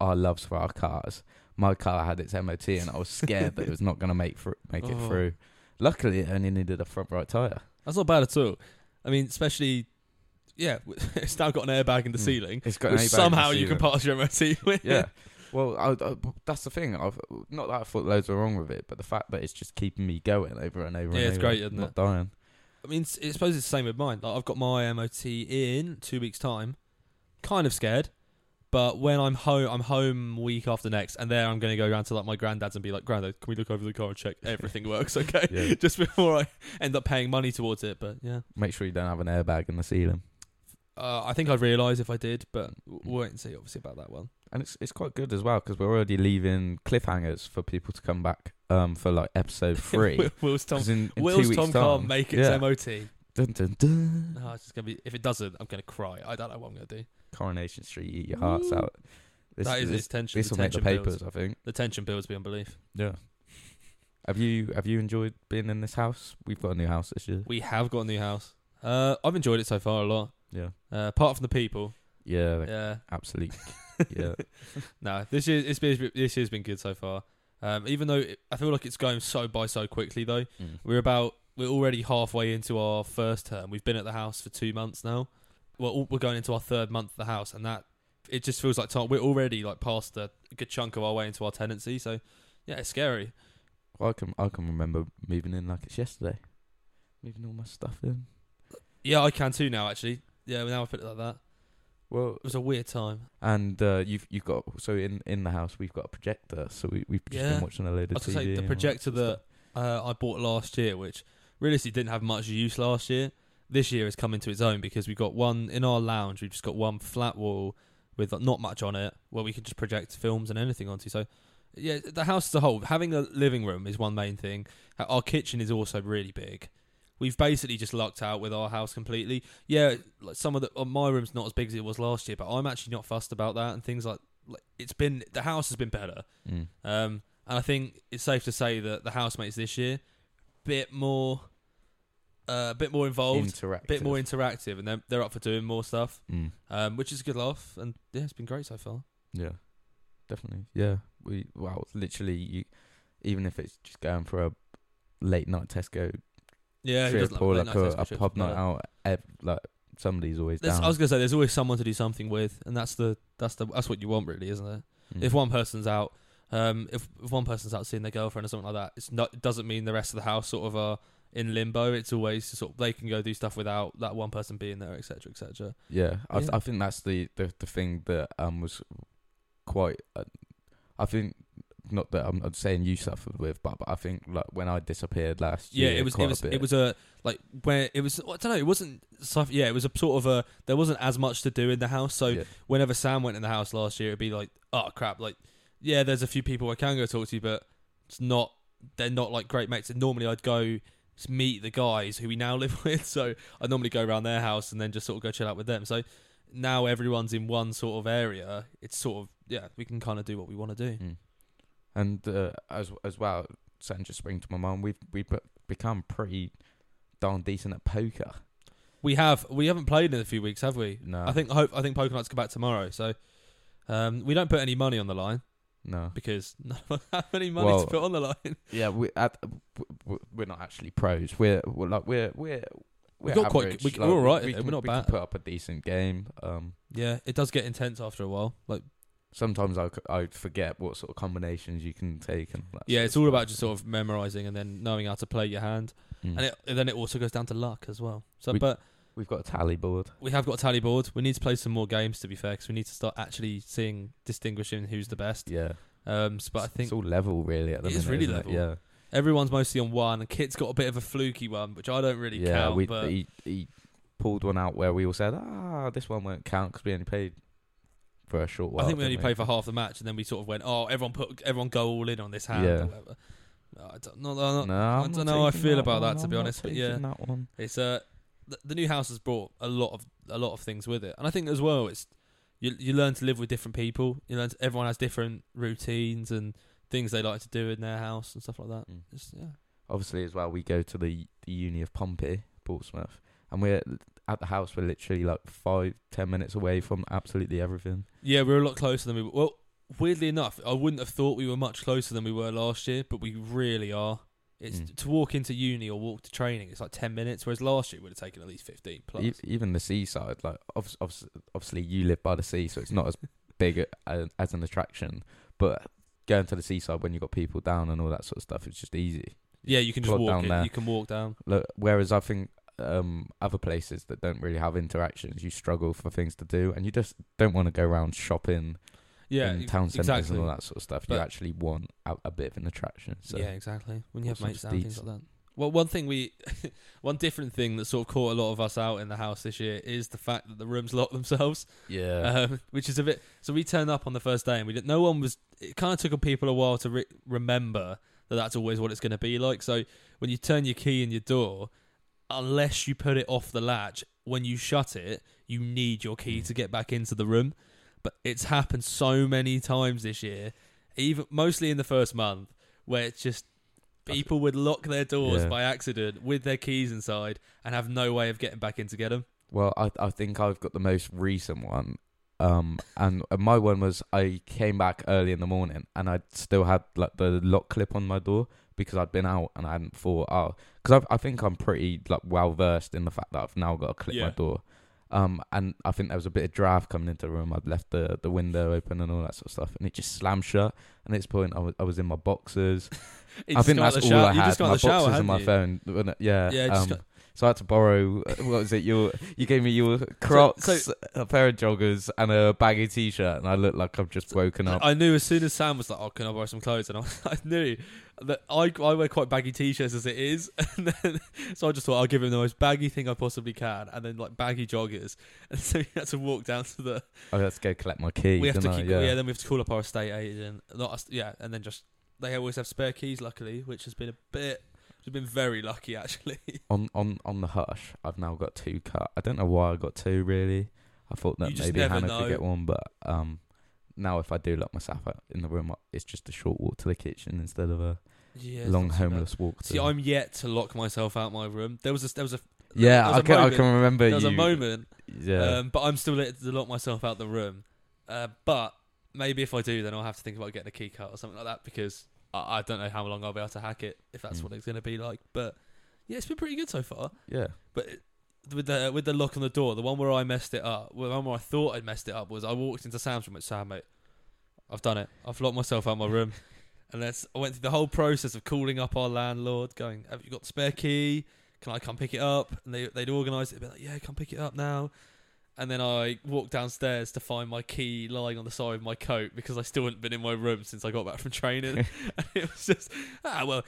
[SPEAKER 2] our loves for our cars. My car had its MOT, and I was scared that it was not gonna make thro- make
[SPEAKER 3] [laughs] Oh.
[SPEAKER 2] it through. Luckily, it only needed a front right tire.
[SPEAKER 3] That's not bad at all. I mean, especially, yeah, [laughs] it's now got an airbag in the
[SPEAKER 2] Mm.
[SPEAKER 3] ceiling.
[SPEAKER 2] It's got an
[SPEAKER 3] Which
[SPEAKER 2] airbag
[SPEAKER 3] somehow you
[SPEAKER 2] receiver.
[SPEAKER 3] [laughs] can pass your MOT with. [laughs]
[SPEAKER 2] yeah. Well, I, I, that's the thing. I've not that I thought loads were wrong with it, but the fact that it's just keeping me going over and over.
[SPEAKER 3] Yeah,
[SPEAKER 2] and
[SPEAKER 3] it's
[SPEAKER 2] over,
[SPEAKER 3] great, isn't
[SPEAKER 2] not
[SPEAKER 3] it?
[SPEAKER 2] dying.
[SPEAKER 3] I mean, it's- I suppose it's the same with mine. Like, I've got my MOT in two weeks' time. Kind of scared, but when I'm home, I'm home week after next, and there I'm going to go round to like my granddad's and be like, "Granddad, can we look over the car and check
[SPEAKER 2] [laughs]
[SPEAKER 3] everything works okay?"
[SPEAKER 2] Yeah.
[SPEAKER 3] [laughs] Just before I end up paying money towards it. But yeah,
[SPEAKER 2] Make sure you don't have an airbag in the ceiling.
[SPEAKER 3] uh, I think I'd realise if I did, but w- we'll wait and see. Obviously about that one. [laughs]
[SPEAKER 2] and it's it's quite good as well because we're already leaving cliffhangers for people to come back um for like episode three.
[SPEAKER 3] Will- Will's Tom.
[SPEAKER 2] 'Cause in, in two
[SPEAKER 3] Will's
[SPEAKER 2] weeks
[SPEAKER 3] Tom
[SPEAKER 2] time,
[SPEAKER 3] can't make its
[SPEAKER 2] Yeah.
[SPEAKER 3] MOT.
[SPEAKER 2] Dun, dun, dun.
[SPEAKER 3] Oh, it's just gonna be. If it doesn't, I'm gonna cry. I don't know what I'm gonna do.
[SPEAKER 2] Coronation Street, eat your hearts out. This,
[SPEAKER 3] that is
[SPEAKER 2] this,
[SPEAKER 3] its tension.
[SPEAKER 2] this
[SPEAKER 3] the
[SPEAKER 2] will make the
[SPEAKER 3] tension
[SPEAKER 2] papers,
[SPEAKER 3] builds.
[SPEAKER 2] I think.
[SPEAKER 3] The tension builds beyond belief.
[SPEAKER 2] Yeah. Have you have you enjoyed being in this house? We've got a new house this year.
[SPEAKER 3] We have got a new house. Uh, I've enjoyed it so far a lot.
[SPEAKER 2] Yeah.
[SPEAKER 3] Uh, apart from the people.
[SPEAKER 2] Yeah. like,
[SPEAKER 3] Yeah.
[SPEAKER 2] Absolute. yeah.
[SPEAKER 3] No, this year it's been this year's been good so far. Um, even though it, I feel like it's going so by so quickly though.
[SPEAKER 2] Mm.
[SPEAKER 3] We're about we're already halfway into our first term. We've been at the house for two months now. We're all, we're going into our third month at the house, and that it just feels like time. We're already like past a good chunk of our way into our tenancy. So yeah, it's scary.
[SPEAKER 2] Well, I can I can remember moving in like it's yesterday. Moving all my stuff in.
[SPEAKER 3] Yeah, I can too now actually. Yeah, now I put it like that.
[SPEAKER 2] Well,
[SPEAKER 3] It was a weird time.
[SPEAKER 2] And uh, you've you've got so in in the house we've got a projector, so we we've just
[SPEAKER 3] Yeah.
[SPEAKER 2] been watching a load of
[SPEAKER 3] I was
[SPEAKER 2] TV.
[SPEAKER 3] gonna say the
[SPEAKER 2] and
[SPEAKER 3] projector
[SPEAKER 2] all that
[SPEAKER 3] that uh, I bought last year, which realistically didn't have much use last year, this year has come into its own because we've got one in our lounge. We've just got one flat wall with not much on it where we can just project films and anything onto. So yeah, the house as a whole, having a living room is one main thing. Uh, Our kitchen is also really big. We've basically just lucked out with our house completely. Yeah, like some of the uh, my room's not as big as it was last year, but I'm actually not fussed about that and things like, like it's been the house has been better.
[SPEAKER 2] stuff. Mm.
[SPEAKER 3] Um, and I think it's safe to say that the housemates this year bit more, uh, bit more involved,
[SPEAKER 2] Interactive.
[SPEAKER 3] bit more interactive, and they're they're up for doing more stuff,
[SPEAKER 2] mm.
[SPEAKER 3] um, which is a good laugh, and yeah, it's been great so far.
[SPEAKER 2] Yeah, definitely. Yeah, we wow, it's literally you, even if it's just going for a late night Tesco
[SPEAKER 3] Yeah,
[SPEAKER 2] trip or like a, a pub night out, ev- like somebody's always
[SPEAKER 3] There's,
[SPEAKER 2] down.
[SPEAKER 3] I was gonna say there's always someone to do something with, and that's the that's the that's what you want really, isn't it?
[SPEAKER 2] Mm.
[SPEAKER 3] If one person's out, um, if if one person's out seeing their girlfriend or something like that, it's not it doesn't mean the rest of the house sort of are in limbo. It's always sort of they can go do stuff without that one person being there, etc., etc.
[SPEAKER 2] Yeah, I,
[SPEAKER 3] Yeah.
[SPEAKER 2] I think that's the, the, the thing that um was quite. Uh, I think not that I'm, I'm saying you suffered with, but, but I think like when I disappeared last
[SPEAKER 3] yeah,
[SPEAKER 2] year,
[SPEAKER 3] it was
[SPEAKER 2] quite
[SPEAKER 3] it was
[SPEAKER 2] a bit.
[SPEAKER 3] it was a like where it was I don't know it wasn't stuff yeah it was a sort of a there wasn't as much to do in the house so
[SPEAKER 2] Yeah.
[SPEAKER 3] whenever Sam went in the house last year it'd be like oh crap like yeah there's a few people I can go talk to but it's not they're not like great mates and normally I'd go s- meet the guys who we now [laughs] live with so I normally go around their house and then just sort of go chill out with them so now everyone's in one sort of area it's sort of yeah we can kind of do what we want to do
[SPEAKER 2] and uh, as as well, saying just spring to my mum, we've we have become pretty darn decent at poker.
[SPEAKER 3] we have we haven't played in a few weeks have we
[SPEAKER 2] No,
[SPEAKER 3] I think hope I think Poker Nights come back tomorrow, so um, we don't put any money on the line
[SPEAKER 2] no.
[SPEAKER 3] because [laughs] none of us have any money
[SPEAKER 2] Well-
[SPEAKER 3] to put on the line. [laughs]
[SPEAKER 2] Yeah, we at, w- w- we're not actually pros. We're, we're like we're we're we're
[SPEAKER 3] got quite
[SPEAKER 2] average.
[SPEAKER 3] good- we-
[SPEAKER 2] Like,
[SPEAKER 3] we're all right
[SPEAKER 2] We
[SPEAKER 3] though,
[SPEAKER 2] can,
[SPEAKER 3] we're not
[SPEAKER 2] we
[SPEAKER 3] bad.
[SPEAKER 2] Can put up a decent game. Um,
[SPEAKER 3] yeah, it does get intense after a while. Like
[SPEAKER 2] sometimes I, c- I forget what sort of combinations you can take and all that
[SPEAKER 3] yeah,
[SPEAKER 2] sort
[SPEAKER 3] it's all
[SPEAKER 2] stuff.
[SPEAKER 3] about just sort of memorizing and then knowing how to play your hand,
[SPEAKER 2] Mm.
[SPEAKER 3] and, it, and then it also goes down to luck as well. So,
[SPEAKER 2] We-
[SPEAKER 3] but
[SPEAKER 2] we've got a tally board
[SPEAKER 3] we have got a tally board. We need to play some more games to be fair, because we need to start actually seeing distinguishing who's the best.
[SPEAKER 2] yeah
[SPEAKER 3] Um, so, but I think
[SPEAKER 2] it's all level really at the
[SPEAKER 3] It
[SPEAKER 2] minute
[SPEAKER 3] is really
[SPEAKER 2] isn't
[SPEAKER 3] level.
[SPEAKER 2] yeah
[SPEAKER 3] everyone's mostly on one, and Kit's got a bit of a fluky one, which I don't really
[SPEAKER 2] yeah
[SPEAKER 3] count.
[SPEAKER 2] we
[SPEAKER 3] but
[SPEAKER 2] he, he pulled one out where we all said ah this one won't count because we only played for a short while
[SPEAKER 3] I think we
[SPEAKER 2] didn't
[SPEAKER 3] only played for half the match, and then we sort of went, "Oh, everyone put everyone go all in on this hand."
[SPEAKER 2] Yeah.
[SPEAKER 3] Or whatever. No, I don't, no, no, no.
[SPEAKER 2] no, I'm
[SPEAKER 3] don't
[SPEAKER 2] not
[SPEAKER 3] know how I
[SPEAKER 2] taking
[SPEAKER 3] feel about
[SPEAKER 2] one,
[SPEAKER 3] that, to
[SPEAKER 2] I'm
[SPEAKER 3] be
[SPEAKER 2] not
[SPEAKER 3] honest, but
[SPEAKER 2] taking
[SPEAKER 3] yeah.
[SPEAKER 2] that one
[SPEAKER 3] It's uh, the, the new house has brought a lot of a lot of things with it, and I think as well, it's you you learn to live with different people. You learn to, everyone has different routines and things they like to do in their house and stuff like that.
[SPEAKER 2] Mm.
[SPEAKER 3] Just, yeah.
[SPEAKER 2] Obviously, as well, we go to the, the uni of Pompey, Portsmouth, and we're at the house. We're literally like five, ten minutes away from absolutely everything.
[SPEAKER 3] Yeah, we were a lot closer than we were. Well, weirdly enough, I wouldn't have thought we were much closer than we were last year, but we really are. It's
[SPEAKER 2] Mm.
[SPEAKER 3] to walk into uni or walk to training. It's like ten minutes, whereas last year it would have taken at least fifteen plus.
[SPEAKER 2] E- even the seaside, like obvi- obvi- obviously you live by the sea, so it's not
[SPEAKER 3] [laughs]
[SPEAKER 2] as big a, a- as an attraction. But going to the seaside when you've got people down and all that sort of stuff, it's just easy.
[SPEAKER 3] yeah, you can just
[SPEAKER 2] plod
[SPEAKER 3] walk.
[SPEAKER 2] down
[SPEAKER 3] In,
[SPEAKER 2] there.
[SPEAKER 3] you can walk down.
[SPEAKER 2] Look, whereas I think um, other places that don't really have interactions, you struggle for things to do, and you just don't want to go around shopping
[SPEAKER 3] Yeah,
[SPEAKER 2] in
[SPEAKER 3] e-
[SPEAKER 2] town centres
[SPEAKER 3] exactly.
[SPEAKER 2] and all that sort of stuff. you
[SPEAKER 3] But-
[SPEAKER 2] actually want a, a bit of an attraction. So
[SPEAKER 3] yeah, exactly. When you
[SPEAKER 2] All
[SPEAKER 3] have mates
[SPEAKER 2] sorts
[SPEAKER 3] down,
[SPEAKER 2] of
[SPEAKER 3] things like
[SPEAKER 2] deeds.
[SPEAKER 3] that. Well, one thing we, [laughs] one different thing that sort of caught a lot of us out in the house this year is the fact that the rooms lock themselves.
[SPEAKER 2] yeah,
[SPEAKER 3] um, which is a bit. So we turned up on the first day, and we didn't. No one was. It kind of took people a while to re- remember that that's always what it's going to be like. So when you turn your key in your door, unless you put it off the latch, when you shut it, you need your key to get back into the room. But it's happened so many times this year, even mostly in the first month, where it's just. People would lock their doors
[SPEAKER 2] Yeah.
[SPEAKER 3] by accident with their keys inside and have no way of getting back in to get them.
[SPEAKER 2] Well, I I think I've got the most recent one. Um, and and my one was I came back early in the morning and I still had like the lock clip on my door because I'd been out and I hadn't thought oh because I I think I'm pretty like well versed in the fact that I've now got to clip
[SPEAKER 3] Yeah.
[SPEAKER 2] my door. Um, and I think there was a bit of draft coming into the room. I'd left the, the window open and all that sort of stuff, and it just slammed shut. And at this point, I was I was in my boxers.
[SPEAKER 3] It's
[SPEAKER 2] I think
[SPEAKER 3] gone out
[SPEAKER 2] that's all
[SPEAKER 3] the shower-
[SPEAKER 2] I
[SPEAKER 3] you
[SPEAKER 2] had.
[SPEAKER 3] just got
[SPEAKER 2] my
[SPEAKER 3] out the shower,
[SPEAKER 2] boxers
[SPEAKER 3] hadn't
[SPEAKER 2] and my
[SPEAKER 3] you?
[SPEAKER 2] phone. wasn't it? Yeah.
[SPEAKER 3] Yeah, just
[SPEAKER 2] um,
[SPEAKER 3] got-
[SPEAKER 2] so I had to borrow. uh, What was it? Your you gave me your Crocs,
[SPEAKER 3] so-
[SPEAKER 2] a pair of joggers, and a baggy T-shirt, and I look like I've just woken up.
[SPEAKER 3] I knew as soon as Sam was like, "Oh, can I borrow some clothes?" and I, [laughs] I knew that I I wear quite baggy t-shirts as it is, [laughs] and then so I just thought I'll give him the most baggy thing I possibly can, and then like baggy joggers, [laughs] and so he had to walk down to the.
[SPEAKER 2] I had to go collect my key.
[SPEAKER 3] we have to
[SPEAKER 2] didn't I?
[SPEAKER 3] keep, yeah.
[SPEAKER 2] yeah.
[SPEAKER 3] Then we have to call up our estate agent, not us, yeah, and then just they always have spare keys, luckily, which has been a bit. We've been very lucky actually. [laughs]
[SPEAKER 2] On on on the hush, I've now got two cut. I don't know why I got two really. I thought
[SPEAKER 3] You
[SPEAKER 2] that
[SPEAKER 3] just
[SPEAKER 2] maybe
[SPEAKER 3] never
[SPEAKER 2] Hannah
[SPEAKER 3] know.
[SPEAKER 2] could get one, but um, now if I do lock myself out in the room, it's just a short walk to the kitchen instead of a
[SPEAKER 3] yeah, it's
[SPEAKER 2] long
[SPEAKER 3] not too bad.
[SPEAKER 2] homeless walk. To
[SPEAKER 3] See, I'm yet to lock myself out my room. There was a there was a
[SPEAKER 2] yeah,
[SPEAKER 3] there was
[SPEAKER 2] I
[SPEAKER 3] a
[SPEAKER 2] can, I
[SPEAKER 3] moment-
[SPEAKER 2] can remember
[SPEAKER 3] there was
[SPEAKER 2] you.
[SPEAKER 3] a moment
[SPEAKER 2] Yeah,
[SPEAKER 3] Um, but I'm still let to lock myself out the room. Uh, but maybe if I do, then I'll have to think about getting a key card or something like that because I, I don't know how long I'll be able to hack it if that's
[SPEAKER 2] Mm.
[SPEAKER 3] what it's going to be like. But yeah, it's been pretty good so far.
[SPEAKER 2] yeah.
[SPEAKER 3] But it- with the with the lock on the door, the one where I messed it up, well, the one where I thought I'd messed it up was I walked into Sam's room and Sam, mate, I've done it. I've locked myself out of my room. [laughs] And that's, I went through the whole process of calling up our landlord, going, "Have you got the spare key? Can I come pick it up?" And they they'd organise it, be like, "Yeah, come pick it up now." And then I walked downstairs to find my key lying on the side of my coat because I still hadn't been in my room since I got back
[SPEAKER 2] [laughs]
[SPEAKER 3] from training. [laughs] and it was just, ah, well,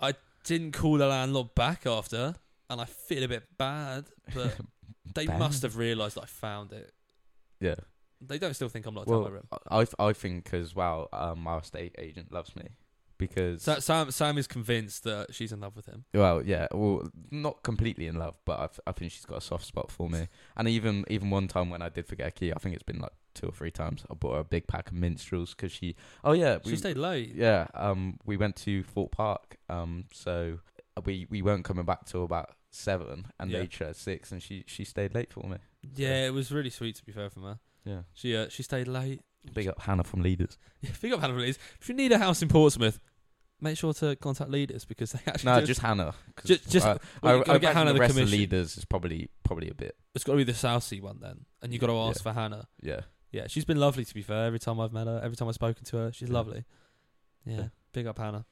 [SPEAKER 3] I didn't call the landlord back after, and I feel a bit bad,
[SPEAKER 2] [laughs]
[SPEAKER 3] but they
[SPEAKER 2] Bad.
[SPEAKER 3] must have realised I found it.
[SPEAKER 2] Yeah.
[SPEAKER 3] They don't still think I'm locked out
[SPEAKER 2] Well,
[SPEAKER 3] my room.
[SPEAKER 2] I I think as well, um, my estate agent loves me because
[SPEAKER 3] Sa- Sam Sam is convinced that she's in love with him.
[SPEAKER 2] well, yeah, well, not completely in love, but I've, I think she's got a soft spot for me. And even even one time when I did forget a key, I think it's been like two or three times. I bought her a big pack of minstrels because she. Oh yeah,
[SPEAKER 3] she
[SPEAKER 2] we,
[SPEAKER 3] stayed late.
[SPEAKER 2] yeah, um, we went to Fort Park, um, so we we weren't coming back till about seven, and
[SPEAKER 3] Yeah.
[SPEAKER 2] they chose six, and she she stayed late for me.
[SPEAKER 3] Yeah, it was really sweet to be fair from her.
[SPEAKER 2] Yeah,
[SPEAKER 3] She uh, she stayed late. [laughs]
[SPEAKER 2] big up Hannah from Leaders.
[SPEAKER 3] Yeah, pick up Hannah Leaders. If you need a house in Portsmouth, make sure to contact Leaders because they [laughs] actually
[SPEAKER 2] No,
[SPEAKER 3] do-
[SPEAKER 2] just Hannah. 'cause
[SPEAKER 3] Ju- just-
[SPEAKER 2] I, I,
[SPEAKER 3] well, you
[SPEAKER 2] I
[SPEAKER 3] gotta get
[SPEAKER 2] reckon
[SPEAKER 3] Hannah
[SPEAKER 2] the
[SPEAKER 3] the
[SPEAKER 2] rest of
[SPEAKER 3] commission.
[SPEAKER 2] Leaders is probably probably a bit
[SPEAKER 3] it's got to be the South Sea one then, and you got to ask for Hannah.
[SPEAKER 2] yeah.
[SPEAKER 3] Yeah, she's been lovely to be fair. Every time I've met her, every time I've spoken to her, she's
[SPEAKER 2] Yeah.
[SPEAKER 3] lovely. Yeah,
[SPEAKER 2] Yeah.
[SPEAKER 3] big up Hannah.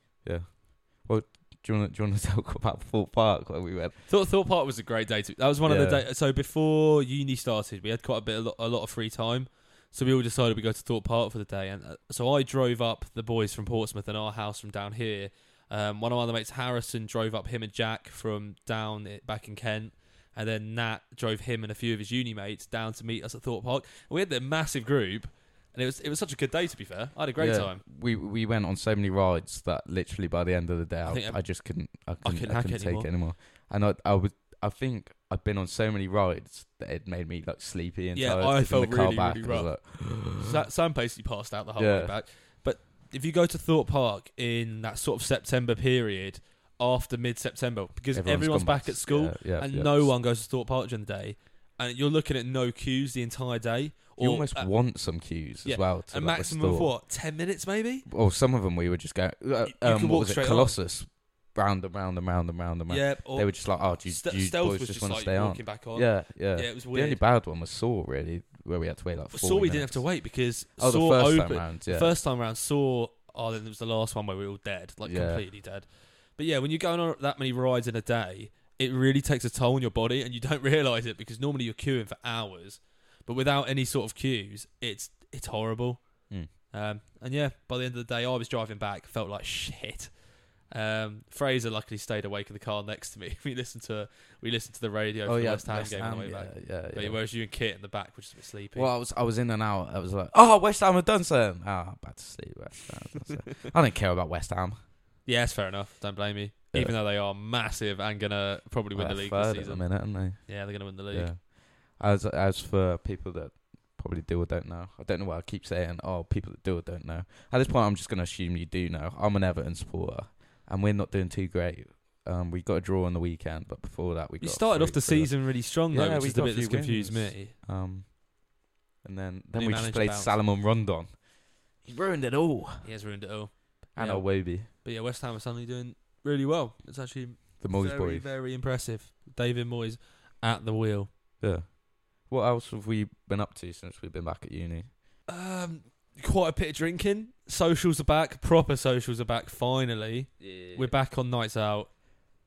[SPEAKER 2] Do you want to, do you want to [laughs] talk about Fort Park where we went?
[SPEAKER 3] Thought Thought Park was a great day. To, that was one of the
[SPEAKER 2] Yeah.
[SPEAKER 3] day. So before uni started, we had quite a bit, a lot, a lot of free time. So we all decided we go to Thought Park for the day, and uh, so I drove up the boys from Portsmouth and our house from down here. Um, one of my other mates, Harrison, drove up him and Jack from down i- back in Kent, and then Nat drove him and a few of his uni mates down to meet us at Thought Park. And we had the massive group, and it was it was such a good day. To be fair, I had a great
[SPEAKER 2] Yeah.
[SPEAKER 3] time.
[SPEAKER 2] We we went on so many rides that literally by the end of the day,
[SPEAKER 3] I
[SPEAKER 2] I,
[SPEAKER 3] think
[SPEAKER 2] I, just couldn't I couldn't, I
[SPEAKER 3] couldn't hack
[SPEAKER 2] couldn't
[SPEAKER 3] it
[SPEAKER 2] take it anymore. And I I was I think I've been on so many rides that it made me like sleepy and
[SPEAKER 3] Yeah,
[SPEAKER 2] tired.
[SPEAKER 3] I
[SPEAKER 2] Just in
[SPEAKER 3] felt
[SPEAKER 2] the car
[SPEAKER 3] really,
[SPEAKER 2] back,
[SPEAKER 3] really
[SPEAKER 2] I was
[SPEAKER 3] rough.
[SPEAKER 2] like,
[SPEAKER 3] Sa- Sam basically passed out the whole
[SPEAKER 2] Mm-hmm. Yeah.
[SPEAKER 3] way back. But if you go to Thorpe Park in that sort of September period after mid September, because everyone's,
[SPEAKER 2] gone
[SPEAKER 3] back
[SPEAKER 2] to-
[SPEAKER 3] at school
[SPEAKER 2] yeah, yeah,
[SPEAKER 3] and
[SPEAKER 2] yeah.
[SPEAKER 3] no one goes to Thorpe Park during the day, and you're looking at no queues the entire day, or
[SPEAKER 2] You almost
[SPEAKER 3] a,
[SPEAKER 2] want some cues
[SPEAKER 3] yeah,
[SPEAKER 2] as well. To
[SPEAKER 3] a
[SPEAKER 2] like,
[SPEAKER 3] maximum of
[SPEAKER 2] restore.
[SPEAKER 3] what ten minutes maybe.
[SPEAKER 2] Or Oh, some of them we would just go. Uh,
[SPEAKER 3] you
[SPEAKER 2] um,
[SPEAKER 3] can
[SPEAKER 2] what
[SPEAKER 3] walk
[SPEAKER 2] was it?
[SPEAKER 3] straight on.
[SPEAKER 2] Colossus, round and round and round and round and round.
[SPEAKER 3] Yeah, or
[SPEAKER 2] they were just like, oh, do you,
[SPEAKER 3] Ste-
[SPEAKER 2] do you
[SPEAKER 3] stealth
[SPEAKER 2] boys
[SPEAKER 3] was
[SPEAKER 2] just
[SPEAKER 3] just,
[SPEAKER 2] want to
[SPEAKER 3] like
[SPEAKER 2] stay on?
[SPEAKER 3] walking back on.
[SPEAKER 2] Yeah, yeah.
[SPEAKER 3] Yeah, it was
[SPEAKER 2] The only
[SPEAKER 3] weird.
[SPEAKER 2] bad one was Saw, really, where we had to wait like. 40
[SPEAKER 3] Saw we
[SPEAKER 2] minutes.
[SPEAKER 3] didn't have to wait because
[SPEAKER 2] Oh,
[SPEAKER 3] Saw
[SPEAKER 2] the first
[SPEAKER 3] opened.
[SPEAKER 2] time round, yeah.
[SPEAKER 3] First time round, saw. Oh, then it was the last one where we were all dead, like
[SPEAKER 2] Yeah.
[SPEAKER 3] completely dead. But yeah, when you're going on that many rides in a day, it really takes a toll on your body, and you don't [laughs] realize it because normally you're queuing for hours, but without any sort of queues, it's it's horrible.
[SPEAKER 2] Mm.
[SPEAKER 3] Um, and yeah, by the end of the day, I was driving back, felt like [laughs] shit. Um, Fraser luckily stayed awake in the car next to me. [laughs] We listened to we listened to the radio for
[SPEAKER 2] oh
[SPEAKER 3] the
[SPEAKER 2] yeah,
[SPEAKER 3] West Ham
[SPEAKER 2] West
[SPEAKER 3] game on
[SPEAKER 2] Ham,
[SPEAKER 3] the way
[SPEAKER 2] yeah,
[SPEAKER 3] back.
[SPEAKER 2] yeah,
[SPEAKER 3] But
[SPEAKER 2] yeah.
[SPEAKER 3] whereas you and Kit in the back were just a bit sleepy.
[SPEAKER 2] Well, I was I was in and out. I was like, oh, West Ham have done something. Oh, bad to sleep. West
[SPEAKER 3] [laughs]
[SPEAKER 2] Ham. That's it. I don't care about West Ham.
[SPEAKER 3] Yeah, it's fair enough. Don't blame me.
[SPEAKER 2] Yeah.
[SPEAKER 3] Even though they are massive and gonna probably win
[SPEAKER 2] They're
[SPEAKER 3] the league
[SPEAKER 2] third
[SPEAKER 3] this
[SPEAKER 2] at the
[SPEAKER 3] season.
[SPEAKER 2] minute, aren't they?
[SPEAKER 3] yeah, they're gonna win the league.
[SPEAKER 2] Yeah. As as for people that probably do or don't know, I don't know why I keep saying, oh, people that do or don't know. At this point, I'm just going to assume you do know. I'm an Everton supporter, and we're not doing too great. Um, we got a draw on the weekend, but before that, we
[SPEAKER 3] You
[SPEAKER 2] got
[SPEAKER 3] started off
[SPEAKER 2] three-
[SPEAKER 3] the
[SPEAKER 2] three-
[SPEAKER 3] season really strong
[SPEAKER 2] Yeah,
[SPEAKER 3] though, which
[SPEAKER 2] we
[SPEAKER 3] is the
[SPEAKER 2] got a
[SPEAKER 3] bit that's
[SPEAKER 2] few
[SPEAKER 3] confused
[SPEAKER 2] wins.
[SPEAKER 3] me. [sighs]
[SPEAKER 2] Um, and then then
[SPEAKER 3] New
[SPEAKER 2] we just
[SPEAKER 3] manager
[SPEAKER 2] played
[SPEAKER 3] bounce.
[SPEAKER 2] Salomon Rondon. He ruined it all.
[SPEAKER 3] He has ruined it all.
[SPEAKER 2] And
[SPEAKER 3] Yeah.
[SPEAKER 2] Iwobi,
[SPEAKER 3] But yeah, West Ham are suddenly doing really well. It's actually
[SPEAKER 2] the Moyes
[SPEAKER 3] very,
[SPEAKER 2] boy.
[SPEAKER 3] very impressive. David Moyes at the wheel.
[SPEAKER 2] Yeah. What else have we been up to since we've been back at uni?
[SPEAKER 3] Um quite a bit of drinking. Socials are back, proper socials are back finally.
[SPEAKER 2] Yeah.
[SPEAKER 3] We're back on nights out.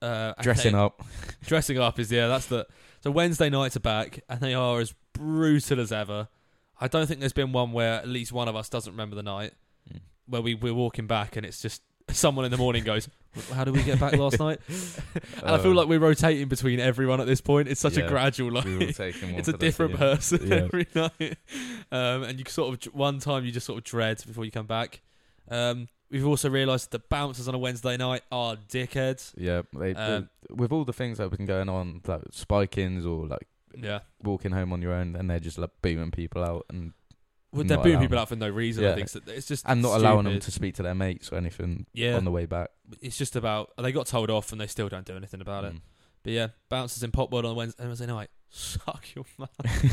[SPEAKER 3] Uh,
[SPEAKER 2] dressing
[SPEAKER 3] up.
[SPEAKER 2] up.
[SPEAKER 3] Dressing up is yeah, that's the so Wednesday nights are back and they are as brutal as ever. I don't think there's been one where at least one of us doesn't remember the night
[SPEAKER 2] Mm.
[SPEAKER 3] where we we're walking back and it's just someone in the morning goes, "Well, "How did we get back
[SPEAKER 2] [laughs]
[SPEAKER 3] last night?" And I feel
[SPEAKER 2] Uh,
[SPEAKER 3] like we're rotating between everyone at this point. It's such a
[SPEAKER 2] yeah.
[SPEAKER 3] gradual like
[SPEAKER 2] we were
[SPEAKER 3] [laughs]
[SPEAKER 2] taking [laughs] one
[SPEAKER 3] it's a
[SPEAKER 2] for the
[SPEAKER 3] different
[SPEAKER 2] team.
[SPEAKER 3] person
[SPEAKER 2] Yeah.
[SPEAKER 3] [laughs] every night. Um, and you sort of one time you just sort of dread before you come back. Um, we've also realised that the bouncers on a Wednesday night are dickheads.
[SPEAKER 2] Yeah, they, they-
[SPEAKER 3] Um,
[SPEAKER 2] with all the things that have been going on, like spikings or like
[SPEAKER 3] Yeah.
[SPEAKER 2] walking home on your own, and they're just like booming people out and
[SPEAKER 3] Well, they're
[SPEAKER 2] not
[SPEAKER 3] booing
[SPEAKER 2] allowing
[SPEAKER 3] people out for no reason. I
[SPEAKER 2] Yeah.
[SPEAKER 3] think so it's just
[SPEAKER 2] and not allowing them
[SPEAKER 3] stupid.
[SPEAKER 2] to speak to their mates or anything
[SPEAKER 3] Yeah,
[SPEAKER 2] on the way back.
[SPEAKER 3] it's just about they got told off and they still don't do anything about it.
[SPEAKER 2] Mm.
[SPEAKER 3] But yeah, bouncers in Pop World on Wednesday, Wednesday night. [laughs] Suck your mum. [laughs]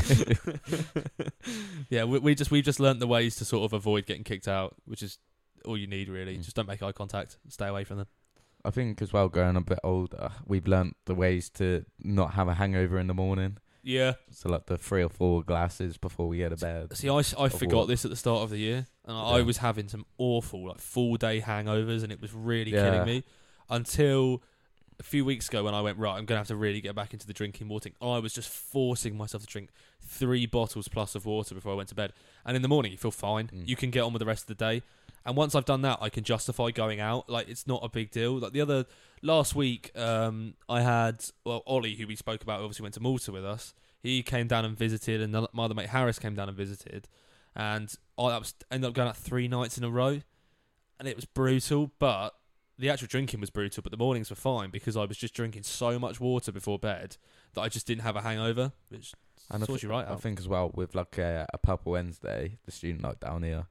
[SPEAKER 3] yeah, we, we just we've just learnt the ways to sort of avoid getting kicked out, which is all you need really.
[SPEAKER 2] Mm.
[SPEAKER 3] Just don't make eye contact. Stay away from them.
[SPEAKER 2] I think as well, growing a bit older, we've learnt the ways to not have a hangover in the morning.
[SPEAKER 3] Yeah.
[SPEAKER 2] So like the three or four glasses before we go to bed.
[SPEAKER 3] See, I, s- I
[SPEAKER 2] Of
[SPEAKER 3] forgot
[SPEAKER 2] what?
[SPEAKER 3] this at the start of the year, and I, I
[SPEAKER 2] Yeah.
[SPEAKER 3] was having some awful like full day hangovers, and it was really
[SPEAKER 2] Yeah.
[SPEAKER 3] killing me. Until a few weeks ago, when I went right, I'm gonna have to really get back into the drinking water. thing," I was just forcing myself to drink three bottles plus of water before I went to bed, and in the morning you feel fine.
[SPEAKER 2] Mm.
[SPEAKER 3] You can get on with the rest of the day, and once I've done that, I can justify going out. Like it's not a big deal. Like the other last week, um, I had well Ollie, who we spoke about, who obviously went to Malta with us. He came down and visited, and my other mate Harris came down and visited, and I that was, ended up going out three nights in a row, and it was brutal. But the actual drinking was brutal, but the mornings were fine because I was just drinking so much water before bed that I just didn't have a hangover, which
[SPEAKER 2] And I
[SPEAKER 3] sorts
[SPEAKER 2] thi-
[SPEAKER 3] you right
[SPEAKER 2] I
[SPEAKER 3] out.
[SPEAKER 2] think as well with like a, a pub Wednesday, the student night down here,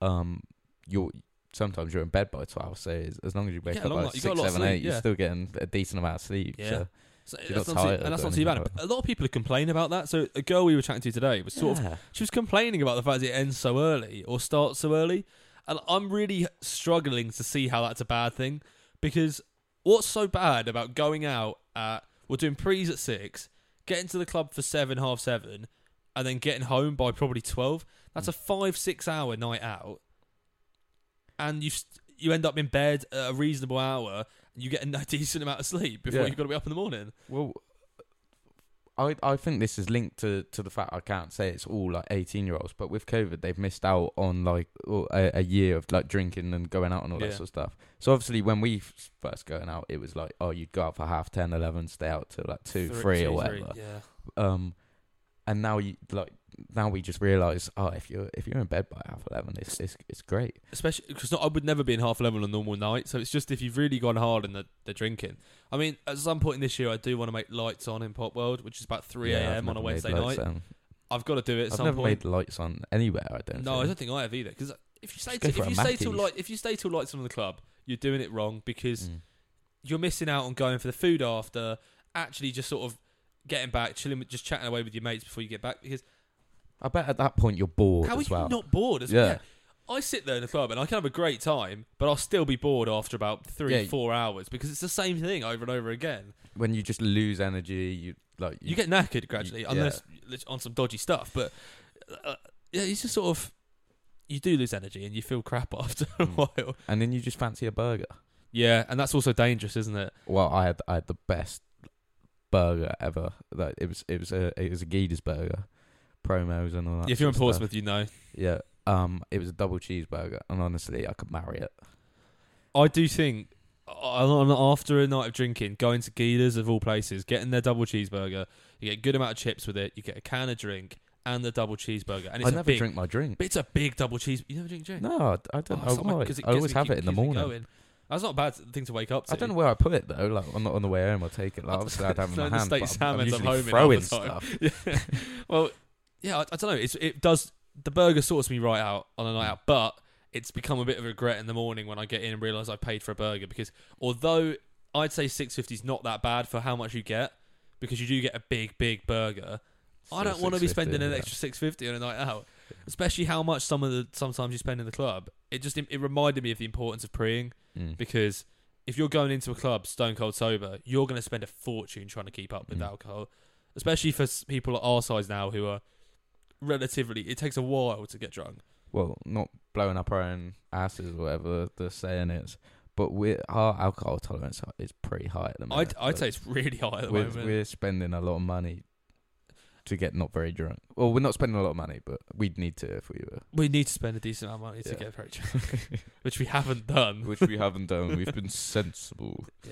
[SPEAKER 2] um, you're sometimes you're in bed by twelve. So as- as long as you wake
[SPEAKER 3] get a
[SPEAKER 2] up
[SPEAKER 3] long
[SPEAKER 2] by
[SPEAKER 3] night- you
[SPEAKER 2] six,
[SPEAKER 3] got a lot of
[SPEAKER 2] seven,
[SPEAKER 3] sleep,
[SPEAKER 2] eight,
[SPEAKER 3] yeah.
[SPEAKER 2] you're still getting a decent amount of sleep.
[SPEAKER 3] Yeah.
[SPEAKER 2] so-
[SPEAKER 3] So
[SPEAKER 2] you're
[SPEAKER 3] that's
[SPEAKER 2] not
[SPEAKER 3] not too,
[SPEAKER 2] tired
[SPEAKER 3] and that's
[SPEAKER 2] or
[SPEAKER 3] not too bad.
[SPEAKER 2] anything like that.
[SPEAKER 3] A lot of people complain about that. So a girl we were chatting to today was sort of
[SPEAKER 2] Yeah.
[SPEAKER 3] She was complaining about the fact that it ends so early or starts so early. And I'm really struggling to see how that's a bad thing because what's so bad about going out at, we're doing prees at six, getting to the club for seven, half seven, and then getting home by probably 12? That's a five, six hour night out. And you st- you end up in bed at a reasonable hour and you get a [laughs] decent amount of sleep before
[SPEAKER 2] Yeah.
[SPEAKER 3] you've got to be up in the morning.
[SPEAKER 2] Well, I I think this is linked to to the fact I can't say it's all like eighteen year olds, but with COVID they've missed out on like o- a, a year of like drinking and going out and all
[SPEAKER 3] Yeah.
[SPEAKER 2] that sort of stuff. So obviously when we f- first going out, it was like oh you'd go out for half ten, eleven, stay out till like two, three, or whatever.
[SPEAKER 3] Yeah.
[SPEAKER 2] Um, and now you like now we just realize oh if you're if you're in bed by half 11 it's it's, it's great
[SPEAKER 3] especially because I would never be in half eleven on a normal night. So it's just if you've really gone hard and they're, they're drinking. I mean, at some point in this year, I do want to make lights on in Pop World, which is about three
[SPEAKER 2] Yeah, I've
[SPEAKER 3] a.m. on
[SPEAKER 2] never
[SPEAKER 3] a
[SPEAKER 2] made
[SPEAKER 3] Wednesday
[SPEAKER 2] lights
[SPEAKER 3] night.
[SPEAKER 2] on.
[SPEAKER 3] I've got to do it at
[SPEAKER 2] I've
[SPEAKER 3] some
[SPEAKER 2] never
[SPEAKER 3] point.
[SPEAKER 2] made lights on anywhere I don't
[SPEAKER 3] no, I
[SPEAKER 2] think.
[SPEAKER 3] don't think I have either. Because if you
[SPEAKER 2] go
[SPEAKER 3] stay, to, if
[SPEAKER 2] for a
[SPEAKER 3] you stay till
[SPEAKER 2] Mackey's.
[SPEAKER 3] light, if you stay till lights on in the club, you're doing it wrong because
[SPEAKER 2] Mm.
[SPEAKER 3] you're missing out on going for the food after. Actually, just sort of getting back, chilling, with- just chatting away with your mates before you get back. Because
[SPEAKER 2] I bet at that point you're bored
[SPEAKER 3] how are
[SPEAKER 2] as
[SPEAKER 3] you
[SPEAKER 2] well
[SPEAKER 3] not bored? As
[SPEAKER 2] Yeah.
[SPEAKER 3] yeah. I sit there in the club and I can have a great time, but I'll still be bored after about three,
[SPEAKER 2] Yeah.
[SPEAKER 3] four hours because it's the same thing over and over again.
[SPEAKER 2] when you just lose energy you like
[SPEAKER 3] You, get knackered gradually,
[SPEAKER 2] yeah.
[SPEAKER 3] unless it's on some dodgy stuff. But uh, yeah, it's just sort of you do lose energy and you feel crap [laughs] after a
[SPEAKER 2] Mm.
[SPEAKER 3] while.
[SPEAKER 2] and then you just fancy a burger
[SPEAKER 3] Hmm. Yeah, and that's also dangerous, isn't it?
[SPEAKER 2] well i had i had the best burger ever like it was it was a it was a Gouda's burger promos and all that
[SPEAKER 3] if you're in
[SPEAKER 2] sort of stuff.
[SPEAKER 3] Portsmouth, you know.
[SPEAKER 2] yeah um it was a double cheeseburger and honestly i could marry it
[SPEAKER 3] I do think I- I'm not- after a night of drinking, going to Gita's of all places, getting their double cheeseburger, you get a good amount of chips with it, you get a can of drink and the double cheeseburger, and
[SPEAKER 2] i
[SPEAKER 3] it's a
[SPEAKER 2] never
[SPEAKER 3] big,
[SPEAKER 2] drink my drink
[SPEAKER 3] But it's a big double cheese. You never drink [laughs] drink?
[SPEAKER 2] No, I d- I
[SPEAKER 3] Oh,
[SPEAKER 2] don't know why. I always have it in the morning.
[SPEAKER 3] That's not a bad thing to wake up to.
[SPEAKER 2] I don't know where I put it though. Like on the, on the way home, I take
[SPEAKER 3] [laughs]
[SPEAKER 2] it. Like obviously, I'd have it in
[SPEAKER 3] Like
[SPEAKER 2] my
[SPEAKER 3] the
[SPEAKER 2] hand.
[SPEAKER 3] state
[SPEAKER 2] But
[SPEAKER 3] salmons
[SPEAKER 2] I'm, I'm
[SPEAKER 3] I'm
[SPEAKER 2] usually
[SPEAKER 3] home in
[SPEAKER 2] throwing
[SPEAKER 3] all the time.
[SPEAKER 2] stuff.
[SPEAKER 3] Yeah. well, yeah, I, I don't know. It's, it does the burger sorts me right out on a night out, but it's become a bit of a regret in the morning when I get in and realize I paid for a burger because although I'd say six fifty is not that bad for how much you get because you do get a big big burger. I
[SPEAKER 2] Still
[SPEAKER 3] don't want to be
[SPEAKER 2] 6.50,
[SPEAKER 3] spending an
[SPEAKER 2] yeah.
[SPEAKER 3] extra six fifty on a night out, especially how much some of the sometimes you spend in the club. It just it reminded me of the importance of preying
[SPEAKER 2] Mm.
[SPEAKER 3] because if you're going into a club stone cold sober, you're going to spend a fortune trying to keep up with
[SPEAKER 2] Mm.
[SPEAKER 3] alcohol, especially for s- people at our size now who are relatively. It takes a while to get drunk.
[SPEAKER 2] Well, not blowing up our own asses or whatever the saying is, but we our alcohol tolerance is pretty high at the moment.
[SPEAKER 3] I'd, I'd
[SPEAKER 2] Like,
[SPEAKER 3] say it's really high at the
[SPEAKER 2] we're,
[SPEAKER 3] moment.
[SPEAKER 2] we're spending a lot of money to get not very drunk. Well, we're not spending a lot of money, but we'd need to if
[SPEAKER 3] [laughs]
[SPEAKER 2] we were, [laughs]
[SPEAKER 3] We need to spend a decent amount of money to
[SPEAKER 2] Yeah.
[SPEAKER 3] get very drunk, which we haven't done.
[SPEAKER 2] which we haven't done. We've been sensible.
[SPEAKER 3] [laughs] Yeah.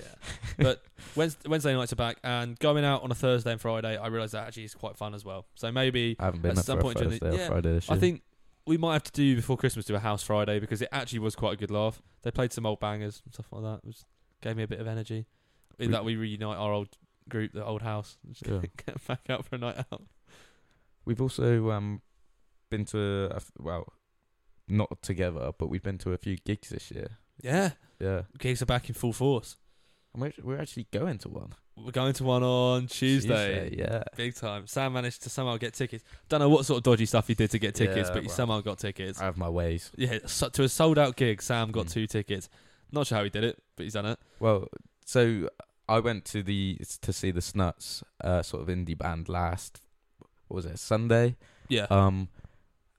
[SPEAKER 3] But Wednesday, Wednesday nights are back, and going out on a Thursday and Friday, I realise that actually is quite fun as well. So maybe
[SPEAKER 2] I haven't been
[SPEAKER 3] At
[SPEAKER 2] up
[SPEAKER 3] some
[SPEAKER 2] for
[SPEAKER 3] point
[SPEAKER 2] a
[SPEAKER 3] during the-
[SPEAKER 2] Thursday or
[SPEAKER 3] yeah,
[SPEAKER 2] Friday this
[SPEAKER 3] I
[SPEAKER 2] year.
[SPEAKER 3] think we might have to do before Christmas do a house Friday because it actually was quite a good laugh. They played some old bangers and stuff like that. It was, gave me a bit of energy.
[SPEAKER 2] We-
[SPEAKER 3] that we reunite our old group, the old house, and just
[SPEAKER 2] Yeah.
[SPEAKER 3] [laughs] get back out for a night out.
[SPEAKER 2] We've also um been to a f- well, not together, but we've been to a few gigs this year.
[SPEAKER 3] Yeah,
[SPEAKER 2] Yeah,
[SPEAKER 3] gigs are back in full force.
[SPEAKER 2] and we're we're actually going to one
[SPEAKER 3] We're going to one on Tuesday.
[SPEAKER 2] yeah,
[SPEAKER 3] Big time. Sam managed to somehow get tickets. Don't know what sort of dodgy stuff he did to get tickets,
[SPEAKER 2] Yeah,
[SPEAKER 3] but he
[SPEAKER 2] well.
[SPEAKER 3] somehow got tickets.
[SPEAKER 2] I have my ways.
[SPEAKER 3] yeah, so, to a sold out gig, Sam got
[SPEAKER 2] Mm.
[SPEAKER 3] two tickets. Not sure how he did it, but he's done it.
[SPEAKER 2] Well, so I went to the to see the Snuts, uh, sort of indie band last. What was it Sunday?
[SPEAKER 3] Yeah.
[SPEAKER 2] Um,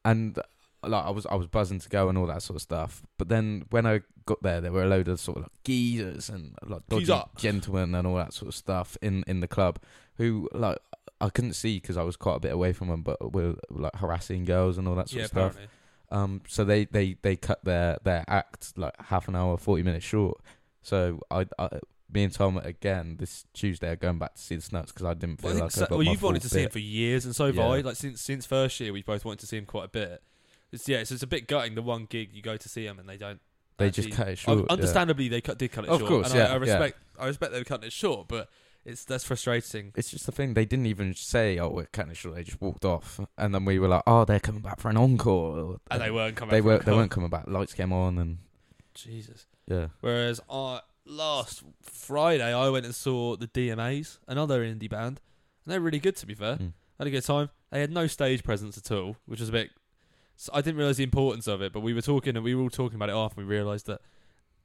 [SPEAKER 2] and like I was I was buzzing to go and all that sort of stuff. But then when I got there, there were a load of sort of like geezers and like dodgy
[SPEAKER 3] Geezer.
[SPEAKER 2] gentlemen and all that sort of stuff in in the club who like. I couldn't see because I was quite a bit away from them, but were like harassing girls and all that sort
[SPEAKER 3] yeah,
[SPEAKER 2] of stuff.
[SPEAKER 3] apparently.
[SPEAKER 2] Um, so they, they, they cut their, their act like half an hour, forty minutes short. So I, I me and Tom again this Tuesday are going back to see the Snuts because I didn't feel
[SPEAKER 3] Well, I think
[SPEAKER 2] like
[SPEAKER 3] so,
[SPEAKER 2] I got
[SPEAKER 3] well
[SPEAKER 2] my
[SPEAKER 3] you've wanted
[SPEAKER 2] full
[SPEAKER 3] to see him
[SPEAKER 2] bit.
[SPEAKER 3] for years, and so have I.
[SPEAKER 2] Yeah.
[SPEAKER 3] Like since since first year, we both wanted to see him quite a bit. It's yeah, so it's a bit gutting. The one gig you go to see him and they don't.
[SPEAKER 2] They just
[SPEAKER 3] actually-
[SPEAKER 2] cut it short, yeah.
[SPEAKER 3] Understandably, they cut, did cut it
[SPEAKER 2] Of
[SPEAKER 3] short.
[SPEAKER 2] course,
[SPEAKER 3] and I-
[SPEAKER 2] yeah,
[SPEAKER 3] I,
[SPEAKER 2] yeah.
[SPEAKER 3] respect. I respect they were cutting it short, but it's that's frustrating.
[SPEAKER 2] It's just the thing they didn't even say. Oh, we're kind of sure they just walked off, and then we were like, oh, they're coming back for an encore.
[SPEAKER 3] And they weren't coming.
[SPEAKER 2] They
[SPEAKER 3] from
[SPEAKER 2] were
[SPEAKER 3] the
[SPEAKER 2] they
[SPEAKER 3] club.
[SPEAKER 2] weren't coming back. Lights came on, and
[SPEAKER 3] Jesus.
[SPEAKER 2] yeah,
[SPEAKER 3] Whereas I last Friday I went and saw the DMAs, another indie band, and they're really good. To be fair,
[SPEAKER 2] Mm.
[SPEAKER 3] had a good time. They had no stage presence at all, which was a bit. So I didn't realize the importance of it, but we were talking and we were all talking about it after we realized that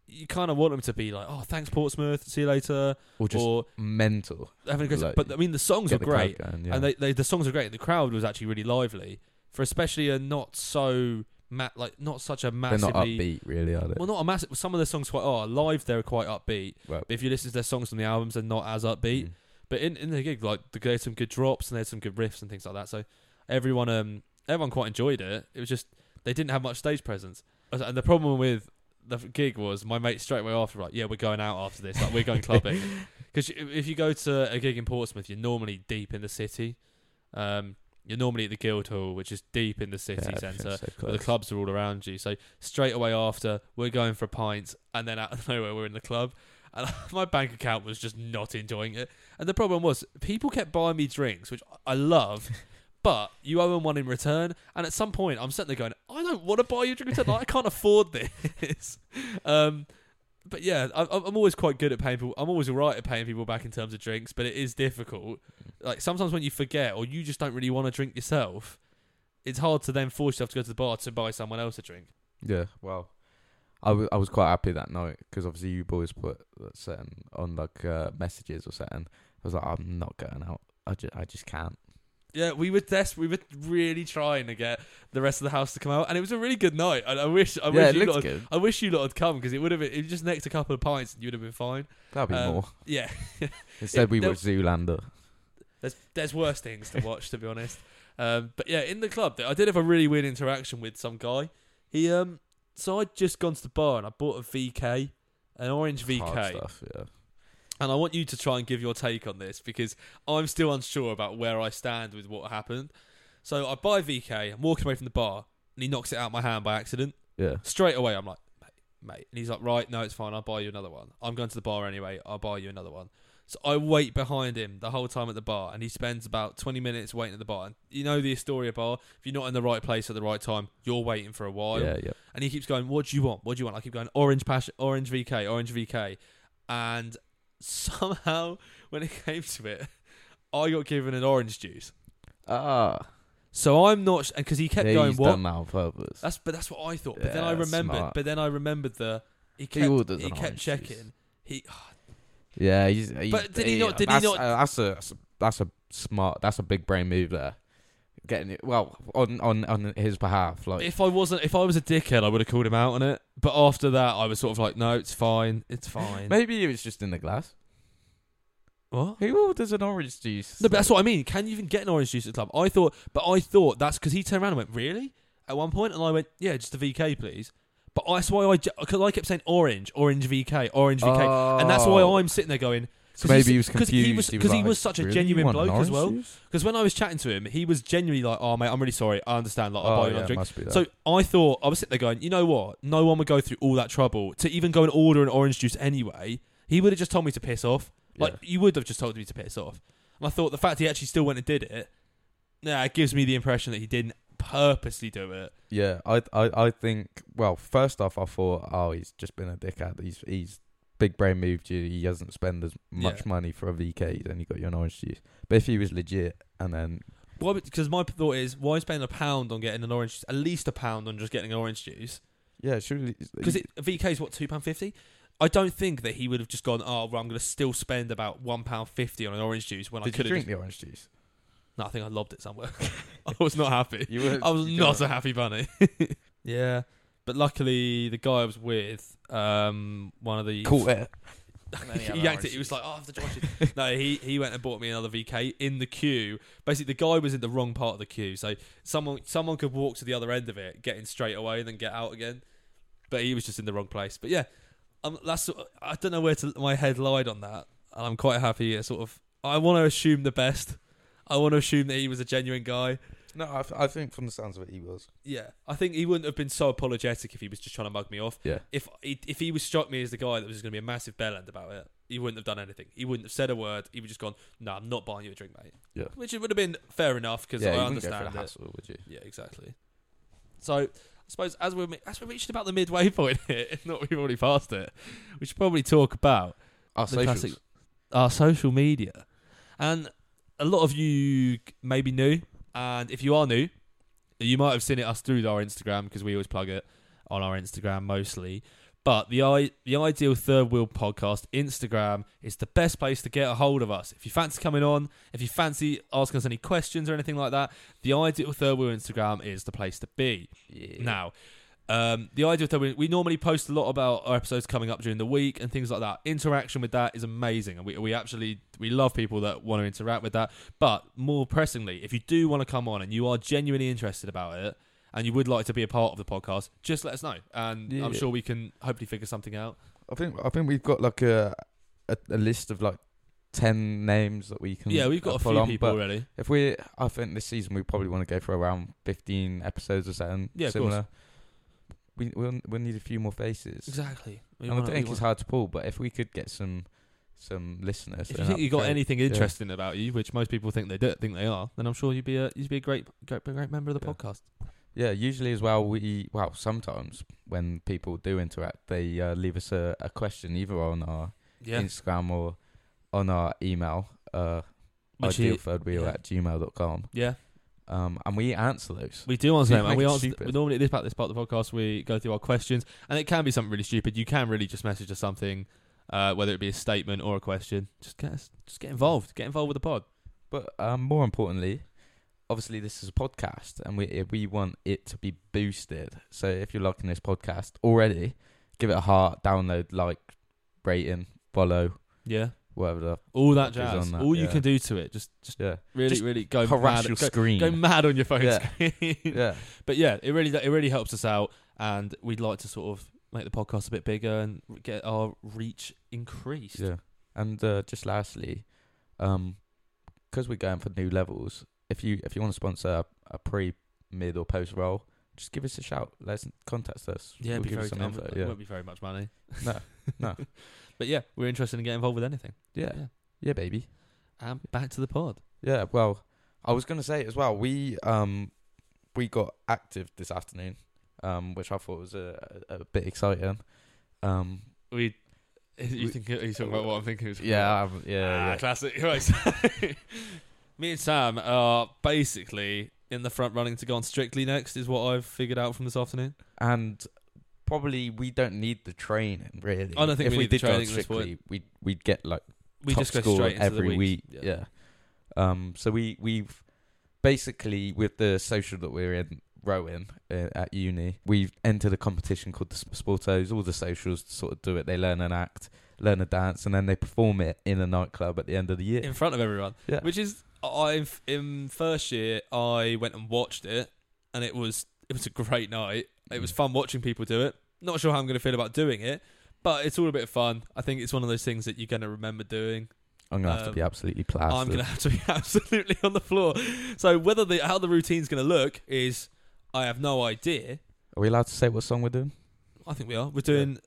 [SPEAKER 3] you kind of want them to be like, "Oh, thanks Portsmouth, see you later,"
[SPEAKER 2] or just
[SPEAKER 3] or
[SPEAKER 2] mental.
[SPEAKER 3] having a good.
[SPEAKER 2] like,
[SPEAKER 3] but I mean, the songs were
[SPEAKER 2] Get the crowd
[SPEAKER 3] great,
[SPEAKER 2] going, yeah.
[SPEAKER 3] and they, they the songs were great. The crowd was actually really lively for especially a not so ma- like not such a
[SPEAKER 2] they're
[SPEAKER 3] massively
[SPEAKER 2] not upbeat, really, are they?
[SPEAKER 3] well, not a massive. Some of their songs quite are live. They're quite upbeat.
[SPEAKER 2] Right.
[SPEAKER 3] But if you listen to their songs from the albums, they're not as upbeat.
[SPEAKER 2] Mm.
[SPEAKER 3] But in in the gig, like they had some good drops and they had some good riffs and things like that. So everyone um everyone quite enjoyed it. It was just they didn't have much stage presence. And the problem with the gig was my mate straight away after like yeah we're going out after this like we're
[SPEAKER 2] [laughs]
[SPEAKER 3] going clubbing because if you go to a gig in Portsmouth you're normally deep in the city. Um, You're normally at the Guildhall, which is deep in the city
[SPEAKER 2] Yeah, everything's
[SPEAKER 3] centre.
[SPEAKER 2] so
[SPEAKER 3] But the
[SPEAKER 2] close.
[SPEAKER 3] clubs are all around you. So straight away after, we're going for a pint, and then out of [laughs] nowhere, we're in the club. And [laughs] my bank account was just not enjoying it. And the problem was, people kept buying me drinks, which I love, but you owe them one in return. And at some point, I'm sitting there going, I don't want to buy you a drink in return. Like, I can't afford this. [laughs] um, but yeah, I, I'm I'm always quite good at paying people. I'm always all right at paying people back in terms of drinks, but it is difficult. Like sometimes when you forget or you just don't really want to drink yourself, it's hard to then force yourself to go to the bar to buy someone else a drink.
[SPEAKER 2] Yeah, well, I wa- I was quite happy that night because obviously you boys put that certain on like uh, messages or something. I was like, I'm not going out. I just, I just can't.
[SPEAKER 3] Yeah, we were des- we were really trying to get the rest of the house to come out, and it was a really good night. And I wish, I
[SPEAKER 2] yeah,
[SPEAKER 3] wish
[SPEAKER 2] it
[SPEAKER 3] you lot,
[SPEAKER 2] looks
[SPEAKER 3] had,
[SPEAKER 2] good.
[SPEAKER 3] I wish you lot had come because it would have been it was just next a couple of pints and you would have been fine.
[SPEAKER 2] That'll be
[SPEAKER 3] um,
[SPEAKER 2] more.
[SPEAKER 3] Yeah,
[SPEAKER 2] Instead, we
[SPEAKER 3] there-
[SPEAKER 2] watched Zoolander.
[SPEAKER 3] there's there's worse things to watch to be honest. Um, but yeah, in the club, I did have a really weird interaction with some guy. He um, so I'd just gone to the bar and I bought a VK, an orange VK.
[SPEAKER 2] Hard stuff. Yeah.
[SPEAKER 3] And I want you to try and give your take on this because I'm still unsure about where I stand with what happened. So I buy VK, I'm walking away from the bar, and he knocks it out of my hand by accident.
[SPEAKER 2] Yeah.
[SPEAKER 3] Straight away, I'm like, mate, mate. And he's like, right, no, it's fine. I'll buy you another one. I'm going to the bar anyway. I'll buy you another one. So I wait behind him the whole time at the bar, and he spends about 20 minutes waiting at the bar. And you know the Astoria bar, if you're not in the right place at the right time, you're waiting for a while.
[SPEAKER 2] Yeah. Yeah.
[SPEAKER 3] And he keeps going, "What do you want? What do you want?" I keep going, "Orange passion, orange VK, orange VK," and somehow [laughs] when it came to it, I got given an orange juice.
[SPEAKER 2] Ah.
[SPEAKER 3] So I'm not, and because he kept
[SPEAKER 2] yeah,
[SPEAKER 3] going,
[SPEAKER 2] he's
[SPEAKER 3] "What?" Uh,
[SPEAKER 2] done that on purpose.
[SPEAKER 3] That's but that's what I thought. But then
[SPEAKER 2] Yeah,
[SPEAKER 3] I remembered.
[SPEAKER 2] smart.
[SPEAKER 3] But then I remembered the he
[SPEAKER 2] He
[SPEAKER 3] kept
[SPEAKER 2] orders
[SPEAKER 3] he
[SPEAKER 2] an
[SPEAKER 3] kept
[SPEAKER 2] orange juice.
[SPEAKER 3] checking. He
[SPEAKER 2] Yeah. He's, he's,
[SPEAKER 3] But did he not- did he
[SPEAKER 2] that's,
[SPEAKER 3] not-
[SPEAKER 2] uh, that's a that's a- that's a smart. That's a big brain move there. Getting it well on on on his behalf. Like
[SPEAKER 3] if I wasn't if I was a dickhead, I would have called him out on it. But after that, I was sort of like, "No, it's fine, it's fine."
[SPEAKER 2] maybe it was just in the glass.
[SPEAKER 3] what?
[SPEAKER 2] Who orders an orange juice?
[SPEAKER 3] No, but that's what I mean. Can you even get an orange juice at the club? I thought, but I thought that's because he turned around and went, "Really?" At one point, and I went, "Yeah, just a VK, please." But I- that's why I because I kept saying orange, orange VK, orange VK, and that's why
[SPEAKER 2] Oh.
[SPEAKER 3] I'm sitting there going
[SPEAKER 2] So
[SPEAKER 3] 'cause
[SPEAKER 2] maybe
[SPEAKER 3] he's-
[SPEAKER 2] he was
[SPEAKER 3] 'cause
[SPEAKER 2] confused.
[SPEAKER 3] he was- 'cause he was such a genuine
[SPEAKER 2] You want an
[SPEAKER 3] bloke
[SPEAKER 2] orange
[SPEAKER 3] as well?
[SPEAKER 2] juice?
[SPEAKER 3] because when I was chatting to him, he was genuinely like, "Oh mate, I'm really sorry. I understand. Like, I'll
[SPEAKER 2] Oh,
[SPEAKER 3] buy you another
[SPEAKER 2] yeah,
[SPEAKER 3] drink."
[SPEAKER 2] must be that.
[SPEAKER 3] So I thought I was sitting there going, "You know what? No one would go through all that trouble to even go and order an orange juice anyway. He would have just told me to piss off. Like you would have just told me to piss off." And I thought the fact he actually still went and did it, nah, it gives me the impression that he didn't purposely do it.
[SPEAKER 2] yeah, I, I, I think. Well, first off, I thought, oh, he's just been a dickhead. He's, he's big brain moved you. He doesn't spend as much
[SPEAKER 3] Yeah.
[SPEAKER 2] money for a VK. He's only got you an orange juice. But if he was legit, and then
[SPEAKER 3] Why? Because my thought is, why spend a pound on getting an orange, juice, at least a pound on just getting an orange juice?
[SPEAKER 2] yeah, surely
[SPEAKER 3] Because VK is what two pound fifty. I don't think that he would have just gone. Oh, well, I'm going to still spend about one pound fifty on an orange juice when I
[SPEAKER 2] did you
[SPEAKER 3] could have.
[SPEAKER 2] drink
[SPEAKER 3] Just,
[SPEAKER 2] the orange juice?
[SPEAKER 3] no, I think I lobbed it somewhere. [laughs] I was
[SPEAKER 2] [laughs]
[SPEAKER 3] not happy.
[SPEAKER 2] You were,
[SPEAKER 3] [laughs] I was not a happy bunny. [laughs] yeah, but luckily the guy I was with, um, one of the
[SPEAKER 2] caught it.
[SPEAKER 3] [laughs] he yanked it. He was like, "Oh, I have to wash it." [laughs] no, he he went and bought me another VK in the queue. Basically, the guy was in the wrong part of the queue, so someone someone could walk to the other end of it, get in straight away, and then get out again. But he was just in the wrong place. But yeah, um, that's I don't know where to my head lied on that, and I'm quite happy. It sort of I want to assume the best. I want to assume that he was a genuine guy.
[SPEAKER 2] No, I, th- I think from the sounds of it, he was.
[SPEAKER 3] Yeah, I think he wouldn't have been so apologetic if he was just trying to mug me off.
[SPEAKER 2] Yeah.
[SPEAKER 3] If he, if he was struck me as the guy that was going to be a massive bellend about it, he wouldn't have done anything. He wouldn't have said a word. He would just gone, "No, I'm not buying you a drink, mate."
[SPEAKER 2] Yeah.
[SPEAKER 3] Which it would have been fair enough because
[SPEAKER 2] yeah, you
[SPEAKER 3] I
[SPEAKER 2] wouldn't
[SPEAKER 3] understand
[SPEAKER 2] go for the
[SPEAKER 3] it.
[SPEAKER 2] hassle, would you?
[SPEAKER 3] Yeah, exactly. So I suppose as we're mi- as we're reaching about the midway [laughs] point here, if not we've already passed it, we should probably talk about
[SPEAKER 2] Our
[SPEAKER 3] the classic-
[SPEAKER 2] socials.
[SPEAKER 3] our social media, and a lot of you may be new, and if you are new, you might have seen it us through our Instagram because we always plug it on our Instagram mostly. But the I, the ideal third wheel podcast Instagram is the best place to get a hold of us. If you fancy coming on, if you fancy asking us any questions or anything like that, the ideal third wheel Instagram is the place to be.
[SPEAKER 2] Yeah.
[SPEAKER 3] Now, um, the idea of we, we normally post a lot about our episodes coming up during the week and things like that. Interaction with that is amazing, and we we actually we love people that want to interact with that. But more pressingly, if you do want to come on and you are genuinely interested about it and you would like to be a part of the podcast, just let us know, and
[SPEAKER 2] Yeah.
[SPEAKER 3] I'm sure we can hopefully figure something out.
[SPEAKER 2] I think I think we've got like a a, a list of like ten names that we can.
[SPEAKER 3] Yeah, we've got
[SPEAKER 2] uh,
[SPEAKER 3] a
[SPEAKER 2] pull
[SPEAKER 3] few
[SPEAKER 2] on,
[SPEAKER 3] people
[SPEAKER 2] but
[SPEAKER 3] already.
[SPEAKER 2] If we, I think this season we probably want to go for around fifteen episodes or something
[SPEAKER 3] Yeah, of course.
[SPEAKER 2] similar. We we'll, we'll need a few more faces.
[SPEAKER 3] Exactly. We
[SPEAKER 2] And I
[SPEAKER 3] want-
[SPEAKER 2] think
[SPEAKER 3] we
[SPEAKER 2] it's
[SPEAKER 3] want-
[SPEAKER 2] hard to pull, but if we could get some some listeners,
[SPEAKER 3] If
[SPEAKER 2] then
[SPEAKER 3] you think
[SPEAKER 2] that'd
[SPEAKER 3] you got
[SPEAKER 2] be great.
[SPEAKER 3] anything interesting about you, which most people think they do, think they are, then I'm sure you'd be a you'd be a great great great member of the
[SPEAKER 2] Yeah.
[SPEAKER 3] podcast.
[SPEAKER 2] Yeah, usually as well. We well sometimes when people do interact, they uh, leave us a, a question either on our
[SPEAKER 3] Yeah,
[SPEAKER 2] Instagram or on our email. Uh,
[SPEAKER 3] Which
[SPEAKER 2] ideal
[SPEAKER 3] you-
[SPEAKER 2] third wheel
[SPEAKER 3] yeah.
[SPEAKER 2] at gmail.com.
[SPEAKER 3] yeah.
[SPEAKER 2] Um, and we answer those.
[SPEAKER 3] We
[SPEAKER 2] [laughs]
[SPEAKER 3] do answer
[SPEAKER 2] Yeah,
[SPEAKER 3] them, and
[SPEAKER 2] make
[SPEAKER 3] we
[SPEAKER 2] it
[SPEAKER 3] answer.
[SPEAKER 2] stupid.
[SPEAKER 3] we Normally, at this part, this part of the podcast, we go through our questions, and it can be something really stupid. You can really just message us something, uh, whether it be a statement or a question. Just get, us, just get involved. Get involved with the pod.
[SPEAKER 2] But um, more importantly, obviously this is a podcast, and we eh, we want it to be boosted. So if you're liking this podcast already, give it a heart, download, like, rating, follow,
[SPEAKER 3] Yeah,
[SPEAKER 2] whatever. The,
[SPEAKER 3] all that
[SPEAKER 2] Is on
[SPEAKER 3] jazz.
[SPEAKER 2] that,
[SPEAKER 3] all you
[SPEAKER 2] yeah.
[SPEAKER 3] can do to it, just, just
[SPEAKER 2] yeah,
[SPEAKER 3] really,
[SPEAKER 2] Just
[SPEAKER 3] really go
[SPEAKER 2] harass
[SPEAKER 3] mad.
[SPEAKER 2] your
[SPEAKER 3] go,
[SPEAKER 2] screen.
[SPEAKER 3] go mad on your phone
[SPEAKER 2] Yeah.
[SPEAKER 3] screen.
[SPEAKER 2] yeah,
[SPEAKER 3] [laughs] But yeah, it really, it really helps us out, and we'd like to sort of make the podcast a bit bigger and get our reach increased.
[SPEAKER 2] yeah. And uh, just lastly, um, because we're going for new levels, if you if you want to sponsor a, a pre, mid, or post roll, just give us a shout. Let's contact us.
[SPEAKER 3] Yeah, it'd
[SPEAKER 2] we'll
[SPEAKER 3] be
[SPEAKER 2] give
[SPEAKER 3] very,
[SPEAKER 2] you some
[SPEAKER 3] um,
[SPEAKER 2] info.
[SPEAKER 3] it
[SPEAKER 2] Yeah.
[SPEAKER 3] won't be very much money. [laughs]
[SPEAKER 2] No, no.
[SPEAKER 3] but yeah, we're interested in getting involved with anything.
[SPEAKER 2] yeah,
[SPEAKER 3] yeah.
[SPEAKER 2] yeah, yeah, baby.
[SPEAKER 3] And back to the pod.
[SPEAKER 2] Yeah, well, I was gonna say as well. We um we got active this afternoon, um, which I thought was a, a, a bit exciting. Um,
[SPEAKER 3] We. [laughs] You
[SPEAKER 2] We-
[SPEAKER 3] think you talking about what I'm thinking? It's-
[SPEAKER 2] yeah, I haven't- yeah,
[SPEAKER 3] Ah,
[SPEAKER 2] yeah.
[SPEAKER 3] classic. [laughs] Right, so- Me and Sam are basically in the front running to go on Strictly next, is what I've figured out from this afternoon.
[SPEAKER 2] and probably we don't need the training really.
[SPEAKER 3] I don't think
[SPEAKER 2] if
[SPEAKER 3] we need the
[SPEAKER 2] did go
[SPEAKER 3] training at this
[SPEAKER 2] strictly, we we'd get like
[SPEAKER 3] We
[SPEAKER 2] top
[SPEAKER 3] just go
[SPEAKER 2] scorer
[SPEAKER 3] straight into
[SPEAKER 2] every
[SPEAKER 3] the week.
[SPEAKER 2] Yeah. Um. So we we've basically with the social that we're in rowing uh, at uni, we've entered a competition called the Sp- Sportos. All the socials sort of do it. They learn an act, learn a dance, and then they perform it in a nightclub at the end of the year.
[SPEAKER 3] [laughs] in front of everyone.
[SPEAKER 2] Yeah.
[SPEAKER 3] Which is, I in first year I went and watched it, and it was it was a great night. It was fun watching people do it. Not sure how I'm going to feel about doing it, but it's all a bit of fun. I think it's one of those things that you're going to remember doing.
[SPEAKER 2] I'm gonna have
[SPEAKER 3] um,
[SPEAKER 2] to be absolutely plastered.
[SPEAKER 3] I'm going to have to be [laughs] absolutely on the floor. So whether the how the routine's going to look is, I have no idea.
[SPEAKER 2] Are we allowed to say what song we're doing?
[SPEAKER 3] I think we are. We're doing.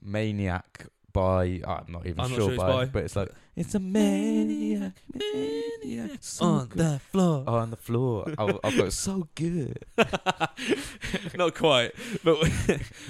[SPEAKER 2] Maniac by I'm not even
[SPEAKER 3] I'm not
[SPEAKER 2] sure,
[SPEAKER 3] sure it's
[SPEAKER 2] by,
[SPEAKER 3] by.
[SPEAKER 2] but it's like it's a maniac, maniac so
[SPEAKER 3] on
[SPEAKER 2] good.
[SPEAKER 3] the floor.
[SPEAKER 2] Oh, on the floor.
[SPEAKER 3] [laughs]
[SPEAKER 2] I, I've got so good.
[SPEAKER 3] Not quite, but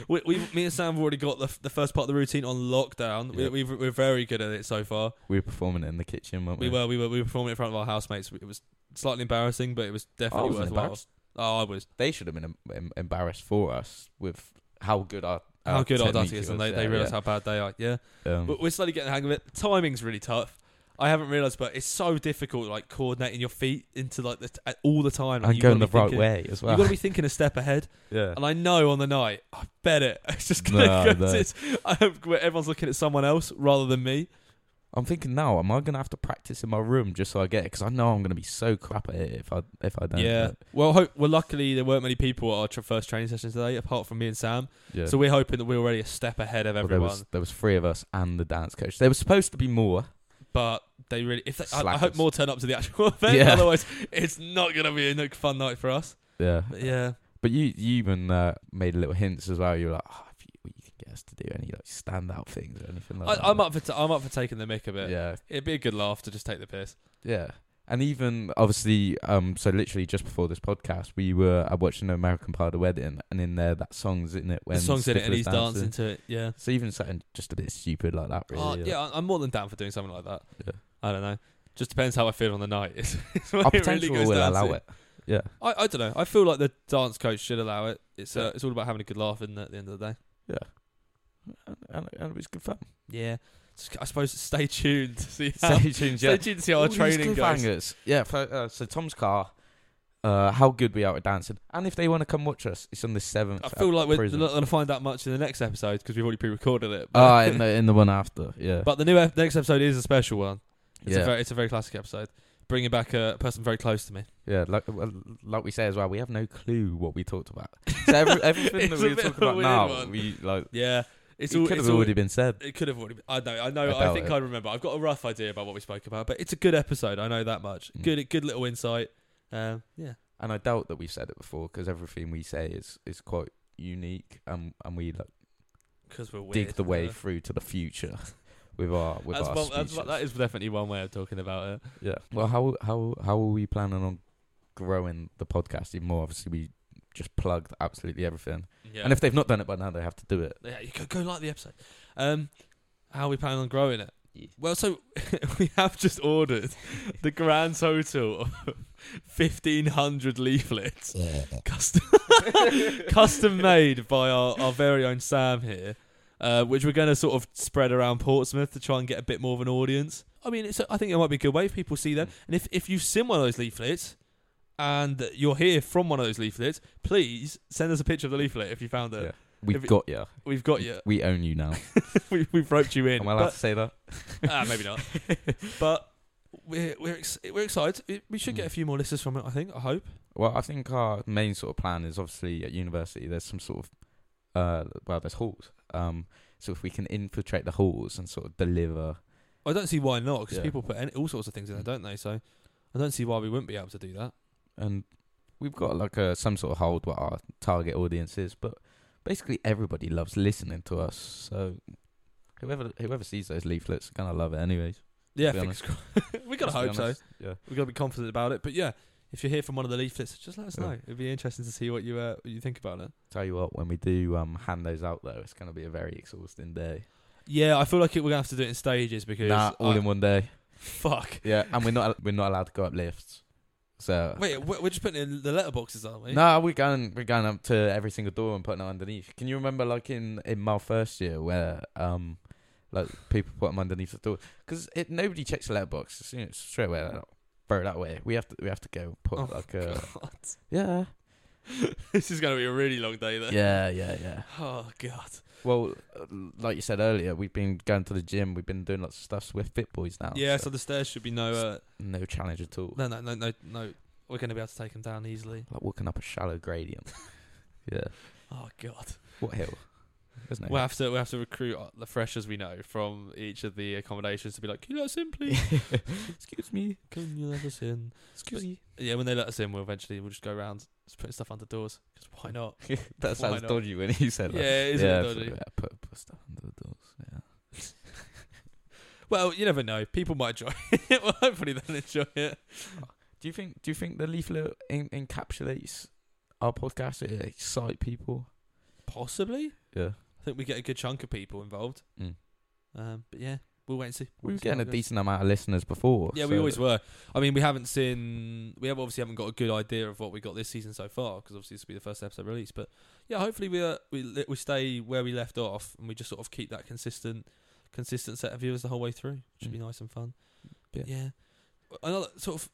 [SPEAKER 3] we, [laughs] we, me and Sam have already got the, f- the first part of the routine on lockdown.
[SPEAKER 2] Yeah.
[SPEAKER 3] We, we've, we're very good at it so far.
[SPEAKER 2] We were performing in the kitchen, weren't we?
[SPEAKER 3] We were, we were, we were performing in front of our housemates. It was slightly embarrassing, but it was
[SPEAKER 2] I
[SPEAKER 3] definitely
[SPEAKER 2] wasn't
[SPEAKER 3] worthwhile.
[SPEAKER 2] embarrassed.
[SPEAKER 3] Oh, I was.
[SPEAKER 2] They should have been em- em- embarrassed for us with how good our,
[SPEAKER 3] How good our dancing
[SPEAKER 2] technique
[SPEAKER 3] is, and
[SPEAKER 2] was.
[SPEAKER 3] they,
[SPEAKER 2] Yeah,
[SPEAKER 3] they
[SPEAKER 2] yeah.
[SPEAKER 3] realise how bad they are. Yeah,
[SPEAKER 2] Um,
[SPEAKER 3] but we're slowly getting the hang of it. Timing's really tough. I haven't realised, but it's so difficult, like coordinating your feet into like the t- at- all the time. Like,
[SPEAKER 2] and
[SPEAKER 3] you've
[SPEAKER 2] going
[SPEAKER 3] gotta
[SPEAKER 2] the
[SPEAKER 3] be
[SPEAKER 2] right
[SPEAKER 3] thinking-
[SPEAKER 2] way as
[SPEAKER 3] You've
[SPEAKER 2] well.
[SPEAKER 3] got
[SPEAKER 2] [laughs]
[SPEAKER 3] to [laughs] be thinking a step ahead.
[SPEAKER 2] Yeah.
[SPEAKER 3] And I know on the night, I bet it. [laughs] It's just gonna
[SPEAKER 2] No,
[SPEAKER 3] go.
[SPEAKER 2] no.
[SPEAKER 3] It's, [laughs] I hope where everyone's looking at someone else rather than me.
[SPEAKER 2] I'm thinking now, am I gonna have to practice in my room just so I get it? Because I know I'm gonna be so crap at it if I if I don't.
[SPEAKER 3] yeah. Well, hope, well, luckily there weren't many people at our tr- first training session today, apart from me and Sam.
[SPEAKER 2] yeah.
[SPEAKER 3] So we're hoping that we're already a step ahead of
[SPEAKER 2] Well,
[SPEAKER 3] everyone.
[SPEAKER 2] there was there was three of us and the dance coach. There was supposed to be more.
[SPEAKER 3] but they really, if they, I, I hope
[SPEAKER 2] Slackers.
[SPEAKER 3] more turn up to the actual [laughs] event.
[SPEAKER 2] Yeah.
[SPEAKER 3] Otherwise, it's not gonna be a no- fun night
[SPEAKER 2] [laughs]
[SPEAKER 3] for us.
[SPEAKER 2] Yeah.
[SPEAKER 3] But yeah.
[SPEAKER 2] But you you even uh, made little hints as well. You were like, oh, if you, you can get us to do any like standout things or anything like that.
[SPEAKER 3] I, I'm up for t- I'm up for taking the mick a bit.
[SPEAKER 2] Yeah,
[SPEAKER 3] It'd be a good laugh to just take the piss.
[SPEAKER 2] yeah. And even obviously, um, so literally just before this podcast, we were uh, watching the American Pie of the Wedding, and in there that song's in it when
[SPEAKER 3] the song's in it and
[SPEAKER 2] Stifler's
[SPEAKER 3] he's dancing to it. Yeah.
[SPEAKER 2] So even something just a bit stupid like that, really.
[SPEAKER 3] Oh,
[SPEAKER 2] like-
[SPEAKER 3] yeah, I- I'm more than down for doing something like that.
[SPEAKER 2] Yeah.
[SPEAKER 3] I don't know. Just depends how I feel on the night. [laughs] It's, it's when
[SPEAKER 2] our
[SPEAKER 3] it really
[SPEAKER 2] potential
[SPEAKER 3] goes
[SPEAKER 2] will
[SPEAKER 3] down
[SPEAKER 2] allow
[SPEAKER 3] to.
[SPEAKER 2] it. Yeah,
[SPEAKER 3] I, I don't know. I feel like the dance coach should allow it. It's uh,
[SPEAKER 2] Yeah.
[SPEAKER 3] it's all about having a good laugh isn't it, at the end of the day.
[SPEAKER 2] and, and, and it was [laughs] good fun.
[SPEAKER 3] Yeah. Just- I suppose stay tuned to see how,
[SPEAKER 2] Stay tuned.
[SPEAKER 3] [laughs] stay
[SPEAKER 2] Yeah,
[SPEAKER 3] tuned to see how
[SPEAKER 2] All
[SPEAKER 3] our
[SPEAKER 2] these
[SPEAKER 3] training goes.
[SPEAKER 2] cliffhangers. Yeah. For, uh, so Tom's car. Uh, how good we are at dancing, and if they want to come watch us, it's on the seventh.
[SPEAKER 3] I feel like we're
[SPEAKER 2] prison.
[SPEAKER 3] not going to find out much in the next episode because we've already pre-recorded it.
[SPEAKER 2] Ah,
[SPEAKER 3] [laughs]
[SPEAKER 2] in the in the one after, yeah.
[SPEAKER 3] but the new ep- next episode is a special one. It's
[SPEAKER 2] yeah,
[SPEAKER 3] a very it's a very classic episode, bringing back a person very close to me.
[SPEAKER 2] yeah. Like well, like we say as well, we have [laughs] no clue what we talked about. So every, everything that
[SPEAKER 3] It's a
[SPEAKER 2] we
[SPEAKER 3] bit
[SPEAKER 2] talk
[SPEAKER 3] of a
[SPEAKER 2] about
[SPEAKER 3] weird
[SPEAKER 2] now,
[SPEAKER 3] one.
[SPEAKER 2] we like
[SPEAKER 3] Yeah. It's
[SPEAKER 2] it
[SPEAKER 3] all,
[SPEAKER 2] could
[SPEAKER 3] it's
[SPEAKER 2] have
[SPEAKER 3] all-
[SPEAKER 2] already been said.
[SPEAKER 3] It could have already. Been, I know. I know.
[SPEAKER 2] I
[SPEAKER 3] I,
[SPEAKER 2] doubt
[SPEAKER 3] think
[SPEAKER 2] it.
[SPEAKER 3] I remember. I've got a rough idea about what we spoke about, but it's a good episode. I know that much.
[SPEAKER 2] Mm.
[SPEAKER 3] Good. Good little insight. Um, yeah.
[SPEAKER 2] and I doubt that we've said it before because everything we say is is quite unique, and and we like,
[SPEAKER 3] Because we're weird.
[SPEAKER 2] dig the way
[SPEAKER 3] uh,
[SPEAKER 2] through to the future [laughs] with our with
[SPEAKER 3] that's
[SPEAKER 2] our
[SPEAKER 3] one- that's
[SPEAKER 2] speeches.
[SPEAKER 3] one- that is definitely one way of talking about it.
[SPEAKER 2] yeah. Well, how how how are we planning on growing the podcast even more? Obviously, we just plugged absolutely everything,
[SPEAKER 3] Yeah.
[SPEAKER 2] and if they've not done it by now, they have to do it.
[SPEAKER 3] Yeah, you could go like the episode. Um, how are we planning on growing it? Well, so [laughs] we have just ordered the grand total of fifteen hundred leaflets, custom [laughs] custom made by our, our very own Sam here, uh, which we're going to sort of spread around Portsmouth to try and get a bit more of an audience. I mean, it's I think it might be a good way if people see them, and if if you've seen one of those leaflets. And you're here from one of those leaflets. Please send us a picture of the leaflet if you found it.
[SPEAKER 2] Yeah. We've
[SPEAKER 3] If it-
[SPEAKER 2] got you.
[SPEAKER 3] We've got you.
[SPEAKER 2] We own you [laughs] now.
[SPEAKER 3] [laughs] we, we've roped you in.
[SPEAKER 2] Am I allowed to say that?
[SPEAKER 3] but, ah, maybe [laughs] not. but we're we're ex- we're excited. We- We should get a few more listeners from it. I think. I hope.
[SPEAKER 2] Well, I think our main sort of plan is obviously at university. There's some sort of, uh, well, there's halls. Um, so if we can infiltrate the halls and sort of deliver,
[SPEAKER 3] I don't see why not, because
[SPEAKER 2] Yeah.
[SPEAKER 3] people put any, all sorts of things in there, don't they? So I don't see why we wouldn't be able to do that.
[SPEAKER 2] and we've got like a some sort of hold what our target audience is. But basically, everybody loves listening to us. So whoever whoever sees those leaflets is gonna love it, anyways.
[SPEAKER 3] Yeah,
[SPEAKER 2] be
[SPEAKER 3] fingers crossed. [laughs] we
[SPEAKER 2] Let's
[SPEAKER 3] gotta
[SPEAKER 2] be
[SPEAKER 3] hope so.
[SPEAKER 2] honest. Yeah.
[SPEAKER 3] We gotta be confident about it. But yeah, if you're here from one of the leaflets, just let us
[SPEAKER 2] Yeah.
[SPEAKER 3] know. It'd be interesting to see what you uh, what you think about it.
[SPEAKER 2] Tell you what, when we do um hand those out though, it's gonna be a very exhausting day.
[SPEAKER 3] Yeah, I feel like it, we're gonna have to do it in stages because
[SPEAKER 2] Nah, all
[SPEAKER 3] I-
[SPEAKER 2] in one day.
[SPEAKER 3] [laughs] fuck.
[SPEAKER 2] Yeah, and we're not we're not allowed to go up lifts. So
[SPEAKER 3] Wait, we're we're just putting it in the letterboxes, aren't [laughs] we?
[SPEAKER 2] No, we're going we're going up to every single door and putting it underneath. Can you remember like in in my first year where um like people put them underneath the door because it nobody checks the letterbox you know, straight away. Like, Bro, that way we have to we have to go put
[SPEAKER 3] Oh,
[SPEAKER 2] like a
[SPEAKER 3] God.
[SPEAKER 2] [laughs]
[SPEAKER 3] [laughs]
[SPEAKER 2] yeah
[SPEAKER 3] this is gonna be a really long day then.
[SPEAKER 2] yeah yeah yeah.
[SPEAKER 3] Oh god.
[SPEAKER 2] Well, uh, like you said earlier, we've been going to the gym. We've been doing lots of stuff. So we're fit boys now.
[SPEAKER 3] yeah,
[SPEAKER 2] so
[SPEAKER 3] so the stairs should be no, uh,
[SPEAKER 2] no challenge at all.
[SPEAKER 3] no, no, no, no, no. We're going to be able to take them down easily.
[SPEAKER 2] Like walking up a shallow gradient. yeah,
[SPEAKER 3] Oh God.
[SPEAKER 2] what hill? Isn't it?
[SPEAKER 3] We'll have to, we'll have to recruit uh, the freshers we know from each of the accommodations to be like, can you let us in, [laughs] please?
[SPEAKER 2] [laughs] excuse me,
[SPEAKER 3] Can you let us in?
[SPEAKER 2] excuse me.
[SPEAKER 3] Yeah, when they let us in, we'll eventually we'll just go around just putting stuff under doors. 'Cause why not?
[SPEAKER 2] [laughs] that
[SPEAKER 3] Why
[SPEAKER 2] sounds
[SPEAKER 3] not?
[SPEAKER 2] dodgy when he said
[SPEAKER 3] Yeah,
[SPEAKER 2] that.
[SPEAKER 3] it is a
[SPEAKER 2] yeah,
[SPEAKER 3] bit dodgy.
[SPEAKER 2] yeah, put, put stuff under the doors. Yeah.
[SPEAKER 3] Well, you never know. People might enjoy [laughs] it. well, hopefully they'll enjoy it.
[SPEAKER 2] Do you think? Do you think the leaflet en- encapsulates our podcast? It excite people.
[SPEAKER 3] Possibly.
[SPEAKER 2] Yeah,
[SPEAKER 3] I think we get a good chunk of people involved.
[SPEAKER 2] Mm.
[SPEAKER 3] Um, but yeah, we'll wait and see.
[SPEAKER 2] we were
[SPEAKER 3] See how
[SPEAKER 2] getting a
[SPEAKER 3] it goes.
[SPEAKER 2] decent amount of listeners before.
[SPEAKER 3] Yeah, we always were. I mean, we haven't seen. We have obviously haven't got a good idea of what we got this season so far because obviously this will be the first episode released. But yeah, hopefully we uh, we li- we stay where we left off and we just sort of keep that consistent consistent set of viewers the whole way through. Which would be
[SPEAKER 2] Mm.
[SPEAKER 3] nice and fun.
[SPEAKER 2] Yeah.
[SPEAKER 3] But yeah, another sort of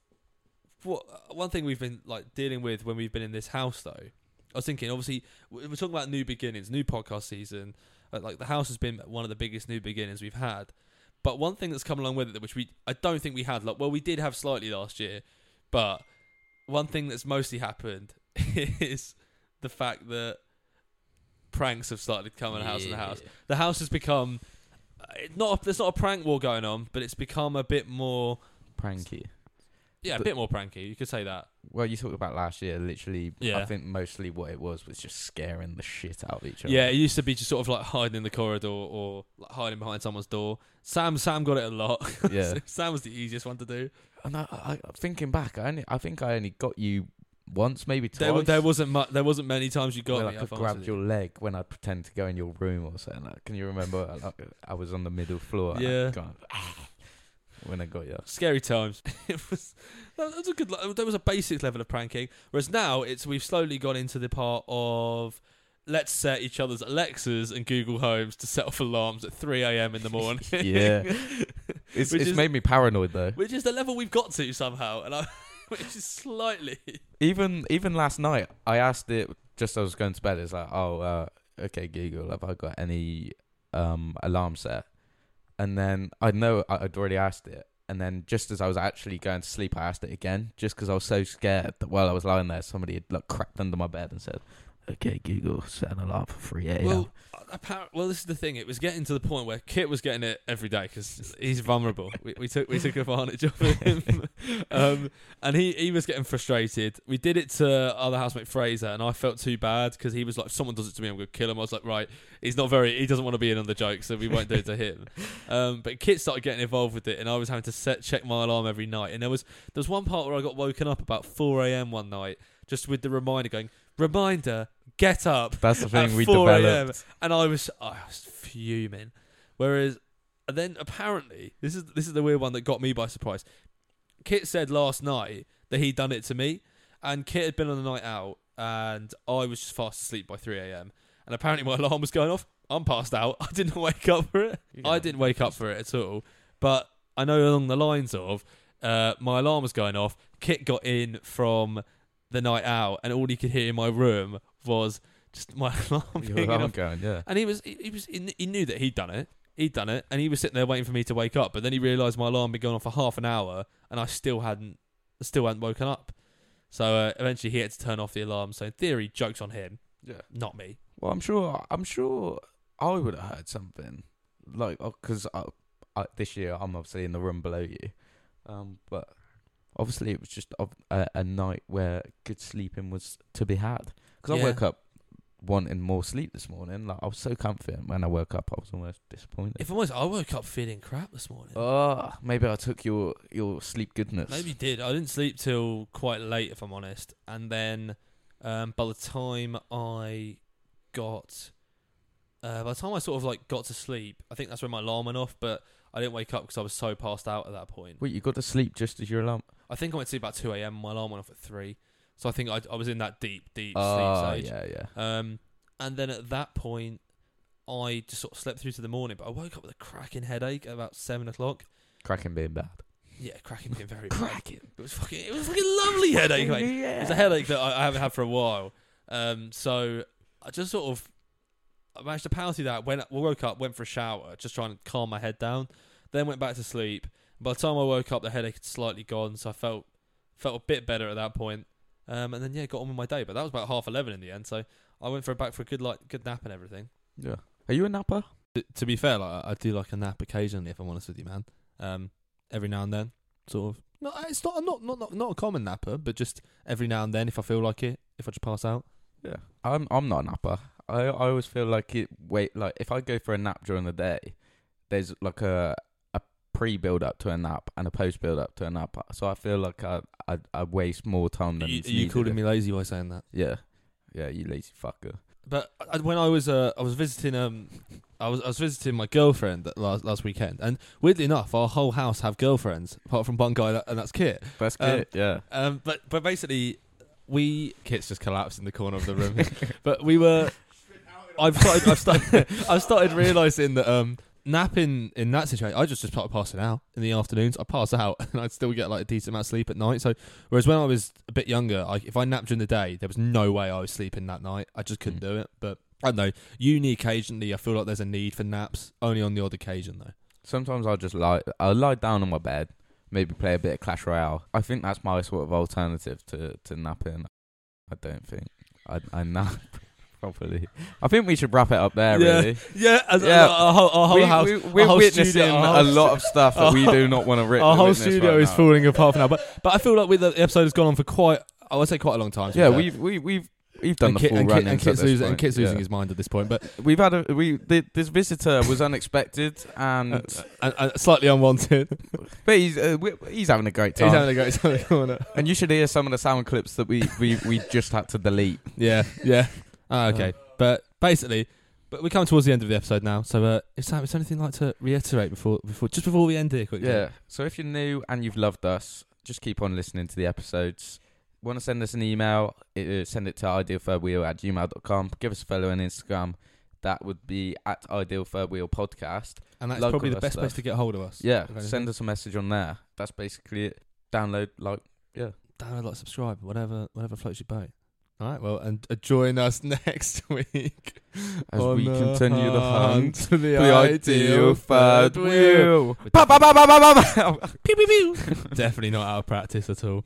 [SPEAKER 3] what one thing we've been like dealing with when we've been in this house though. I was thinking, obviously, we- we're talking about new beginnings, new podcast season. uh, Like the house has been one of the biggest new beginnings we've had. But one thing that's come along with it, which we I don't think we had like well, we did have slightly last year, but one thing that's mostly happened [laughs] is the fact that pranks have started coming house in the house. The house has become uh, it- not a, there's not a prank war going on, but it's become a bit more
[SPEAKER 2] pranky.
[SPEAKER 3] yeah, a
[SPEAKER 2] But-
[SPEAKER 3] bit more pranky. You could say that.
[SPEAKER 2] Well, you talked about last year. Literally, I
[SPEAKER 3] Yeah.
[SPEAKER 2] think mostly what it was was just scaring the shit out of each other.
[SPEAKER 3] Yeah, it used to be just sort of like hiding in the corridor or like hiding behind someone's door. Sam Sam got it a lot.
[SPEAKER 2] yeah.
[SPEAKER 3] [laughs] Sam was the easiest one to do.
[SPEAKER 2] And I, I, thinking back, I only, I think I only got you once, maybe twice.
[SPEAKER 3] There, wa- there wasn't mu- there wasn't many times you got
[SPEAKER 2] Where,
[SPEAKER 3] me.
[SPEAKER 2] like,
[SPEAKER 3] if
[SPEAKER 2] I
[SPEAKER 3] I'm honest
[SPEAKER 2] grabbed
[SPEAKER 3] with you.
[SPEAKER 2] your leg when I pretend to go in your room or something. Like, can you remember? [laughs] like, I was on the middle floor. and I
[SPEAKER 3] Yeah.
[SPEAKER 2] got- [laughs] when I got you.
[SPEAKER 3] Scary times. [laughs] it was that was a good. le- There was a basic level of pranking, whereas now it's we've slowly gone into the part of let's set each other's Alexas and Google Homes to set off alarms at 3
[SPEAKER 2] [laughs]
[SPEAKER 3] a.m. in the morning.
[SPEAKER 2] Yeah. It's,
[SPEAKER 3] Which
[SPEAKER 2] it's
[SPEAKER 3] is-
[SPEAKER 2] made me paranoid though.
[SPEAKER 3] [laughs] which is the level we've got to somehow, and I, [laughs] which is slightly.
[SPEAKER 2] Even even last night, I asked it just as I was going to bed. It's like, oh, uh, okay, Google, have I got any um, alarm set? And then I know I- I'd already asked it. And then just as I was actually going to sleep, I asked it again, just because I was so scared that while I was lying there, somebody had like crept under my bed and said, okay, Google, set an alarm for 3 a.m.
[SPEAKER 3] Well, appar- well, this is the thing. It was getting to the point where Kit was getting it every day because he's vulnerable. we, we took we took advantage of him, [laughs] um, and he, he was getting frustrated. We did it to other housemate Fraser, and I felt too bad because he was like, if "Someone does it to me, I'm gonna kill him." I was like, "Right, he's not very. He doesn't want to be in on the joke, so we won't do it to him." Um, but Kit started getting involved with it, and I was having to set check my alarm every night. And there was there was one part where I got woken up about 4 a.m. one night just with the reminder going, "Reminder, get up."
[SPEAKER 2] That's the
[SPEAKER 3] at
[SPEAKER 2] thing we
[SPEAKER 3] 4 a.m.
[SPEAKER 2] developed.
[SPEAKER 3] and I was I was fuming. Whereas and then apparently this is this is the weird one that got me by surprise. Kit said last night that he'd done it to me, and Kit had been on a night out, and I was just fast asleep by three a.m. And apparently my [laughs] alarm was going off. I'm passed out. [laughs] I didn't wake up for it. I didn't wake up for it at all. But I know along the lines of uh, my alarm was going off. Kit got in from the night out, and all he could hear in my room was just my [laughs] alarm
[SPEAKER 2] Your
[SPEAKER 3] being
[SPEAKER 2] alarm
[SPEAKER 3] off.
[SPEAKER 2] going, yeah.
[SPEAKER 3] And he was, he, he was, he, he knew that he'd done it. He'd done it, and he was sitting there waiting for me to wake up. But then he realised my alarm had been going off for half an hour, and I still hadn't, I still hadn't woken up. So uh, eventually, he had to turn off the alarm. So in theory, jokes on him,
[SPEAKER 2] Yeah.
[SPEAKER 3] not me.
[SPEAKER 2] Well, I'm sure. I'm sure I would have heard something like because I, this year I'm obviously in the room below you, um, but obviously it was just of- a, a night where good sleeping was to be had. Because
[SPEAKER 3] Yeah.
[SPEAKER 2] I woke up wanting more sleep this morning. Like I was so confident when I woke up, I was almost disappointed.
[SPEAKER 3] If I'm honest, I woke up feeling crap this morning.
[SPEAKER 2] oh, maybe I took your your sleep goodness.
[SPEAKER 3] Maybe did. I didn't sleep till quite late, if I'm honest. And then um, by the time I got, uh, by the time I sort of like got to sleep, I think that's when my alarm went off. But I didn't wake up because I was so passed out at that point.
[SPEAKER 2] Wait, you got to sleep just as your alarm.
[SPEAKER 3] I think I went to sleep about 2 a.m. My alarm went off at 3. So I think I, I was in that deep, deep
[SPEAKER 2] Oh,
[SPEAKER 3] sleep stage.
[SPEAKER 2] yeah, yeah.
[SPEAKER 3] Um, and then at that point, I just sort of slept through to the morning, but I woke up with a cracking headache at about 7 o'clock.
[SPEAKER 2] Cracking being bad.
[SPEAKER 3] Yeah, cracking being very bad. It was fucking, it was a fucking lovely headache, mate.
[SPEAKER 2] Yeah.
[SPEAKER 3] It was a headache that I, I haven't had for a while. Um, so I just sort of I managed to power through that. When I woke up, went for a shower, just trying to calm my head down. Then went back to sleep. By the time I woke up, the headache had slightly gone, so I felt felt a bit better at that point. Um, and then yeah, got on with my day. But that was about half eleven in the end, so I went for a back for a good like good nap and everything.
[SPEAKER 2] Yeah. Are you a napper?
[SPEAKER 3] To, to be fair, like I I do like a nap occasionally, if I'm honest with you, man. Um, every now and then, sort of. No, it's not. I'm not not not, not a common napper, but just every now and then, if I feel like it, if I just pass out.
[SPEAKER 2] Yeah, I'm I'm not a napper. I, I always feel like it. Wait, like if I go for a nap during the day, there's like a a pre build up to a nap and a post build up to a nap. So I feel like I I, I waste more time
[SPEAKER 3] Are
[SPEAKER 2] than
[SPEAKER 3] you,
[SPEAKER 2] it's
[SPEAKER 3] are you
[SPEAKER 2] needed.
[SPEAKER 3] calling me lazy by saying that?
[SPEAKER 2] Yeah, yeah, you lazy fucker.
[SPEAKER 3] But I, when I was uh, I was visiting um I was I was visiting my girlfriend that last last weekend, and weirdly enough, our whole house have girlfriends apart from one guy, that, and that's Kit.
[SPEAKER 2] First
[SPEAKER 3] Um,
[SPEAKER 2] kid, yeah.
[SPEAKER 3] Um, but but basically, we Kit's just collapsed in the corner of the room. [laughs] but we were. I've started. I've started. [laughs] I've started realizing that um, napping in that situation, I just just started passing out in the afternoons. I pass out, [laughs] and I'd still get like a decent amount of sleep at night. So, whereas when I was a bit younger, like if I napped during the day, there was no way I was sleeping that night. I just couldn't
[SPEAKER 2] Mm.
[SPEAKER 3] do it. But I don't know. Uni occasionally, I feel like there's a need for naps. Only on the odd occasion, though.
[SPEAKER 2] Sometimes I'll just lie. I'll lie down on my bed, maybe play a bit of Clash Royale. I think that's my sort of alternative to to napping. I don't think I I nap [laughs] properly. I think we should wrap it up there.
[SPEAKER 3] Yeah.
[SPEAKER 2] Really.
[SPEAKER 3] Yeah, as,
[SPEAKER 2] Yeah.
[SPEAKER 3] Our, whole, our whole
[SPEAKER 2] we,
[SPEAKER 3] house.
[SPEAKER 2] We, we're
[SPEAKER 3] our whole
[SPEAKER 2] witnessing
[SPEAKER 3] studio, our
[SPEAKER 2] a
[SPEAKER 3] whole
[SPEAKER 2] lot of stuff that we
[SPEAKER 3] [laughs]
[SPEAKER 2] do not want to rip.
[SPEAKER 3] Our whole
[SPEAKER 2] witness
[SPEAKER 3] studio
[SPEAKER 2] right
[SPEAKER 3] is
[SPEAKER 2] now.
[SPEAKER 3] falling apart for now. But but I feel like with the the episode has gone on for quite I would say quite a long time. to be
[SPEAKER 2] Yeah,
[SPEAKER 3] fair.
[SPEAKER 2] we've we, we've we've done
[SPEAKER 3] and
[SPEAKER 2] the
[SPEAKER 3] Kit-
[SPEAKER 2] full
[SPEAKER 3] and, Kit-
[SPEAKER 2] run.
[SPEAKER 3] and Kit's losing and Kit's losing his mind at this point, but
[SPEAKER 2] We've had a we the, this visitor was unexpected and
[SPEAKER 3] uh, uh, uh, slightly unwanted. [laughs]
[SPEAKER 2] but he's uh, we, he's having a great
[SPEAKER 3] He's
[SPEAKER 2] time.
[SPEAKER 3] having a go to the corner.
[SPEAKER 2] and you should hear some of the sound clips that we we, we just had to delete.
[SPEAKER 3] Yeah,
[SPEAKER 2] [laughs]
[SPEAKER 3] yeah. Ah, okay, but basically, but we come towards the end of the episode now. So uh, if Sam, is there anything you'd like to reiterate before before just before we end here quickly?
[SPEAKER 2] Yeah. So if you're new and you've loved us, just keep on listening to the episodes. Want to send us an email? uh, Send it to idealthirdwheel at gmail.com. Give us a follow on Instagram. That would be at Ideal Third Wheel Podcast.
[SPEAKER 3] and that's
[SPEAKER 2] Local
[SPEAKER 3] probably the
[SPEAKER 2] us
[SPEAKER 3] best place
[SPEAKER 2] stuff.
[SPEAKER 3] to get hold of us.
[SPEAKER 2] Yeah,
[SPEAKER 3] If anything.
[SPEAKER 2] send us a message on there. That's basically it. Download, like,
[SPEAKER 3] download, like, subscribe, whatever, whatever floats your boat. All right, well, and uh, join us [laughs] next week
[SPEAKER 2] as
[SPEAKER 3] on
[SPEAKER 2] we continue the hunt.
[SPEAKER 3] to the,
[SPEAKER 2] for The ideal third wheel.
[SPEAKER 3] We're
[SPEAKER 2] Ba, ba, ba, ba, ba, ba, ba. [laughs]
[SPEAKER 3] Pew, pew, pew. Definitely not out of practice at all.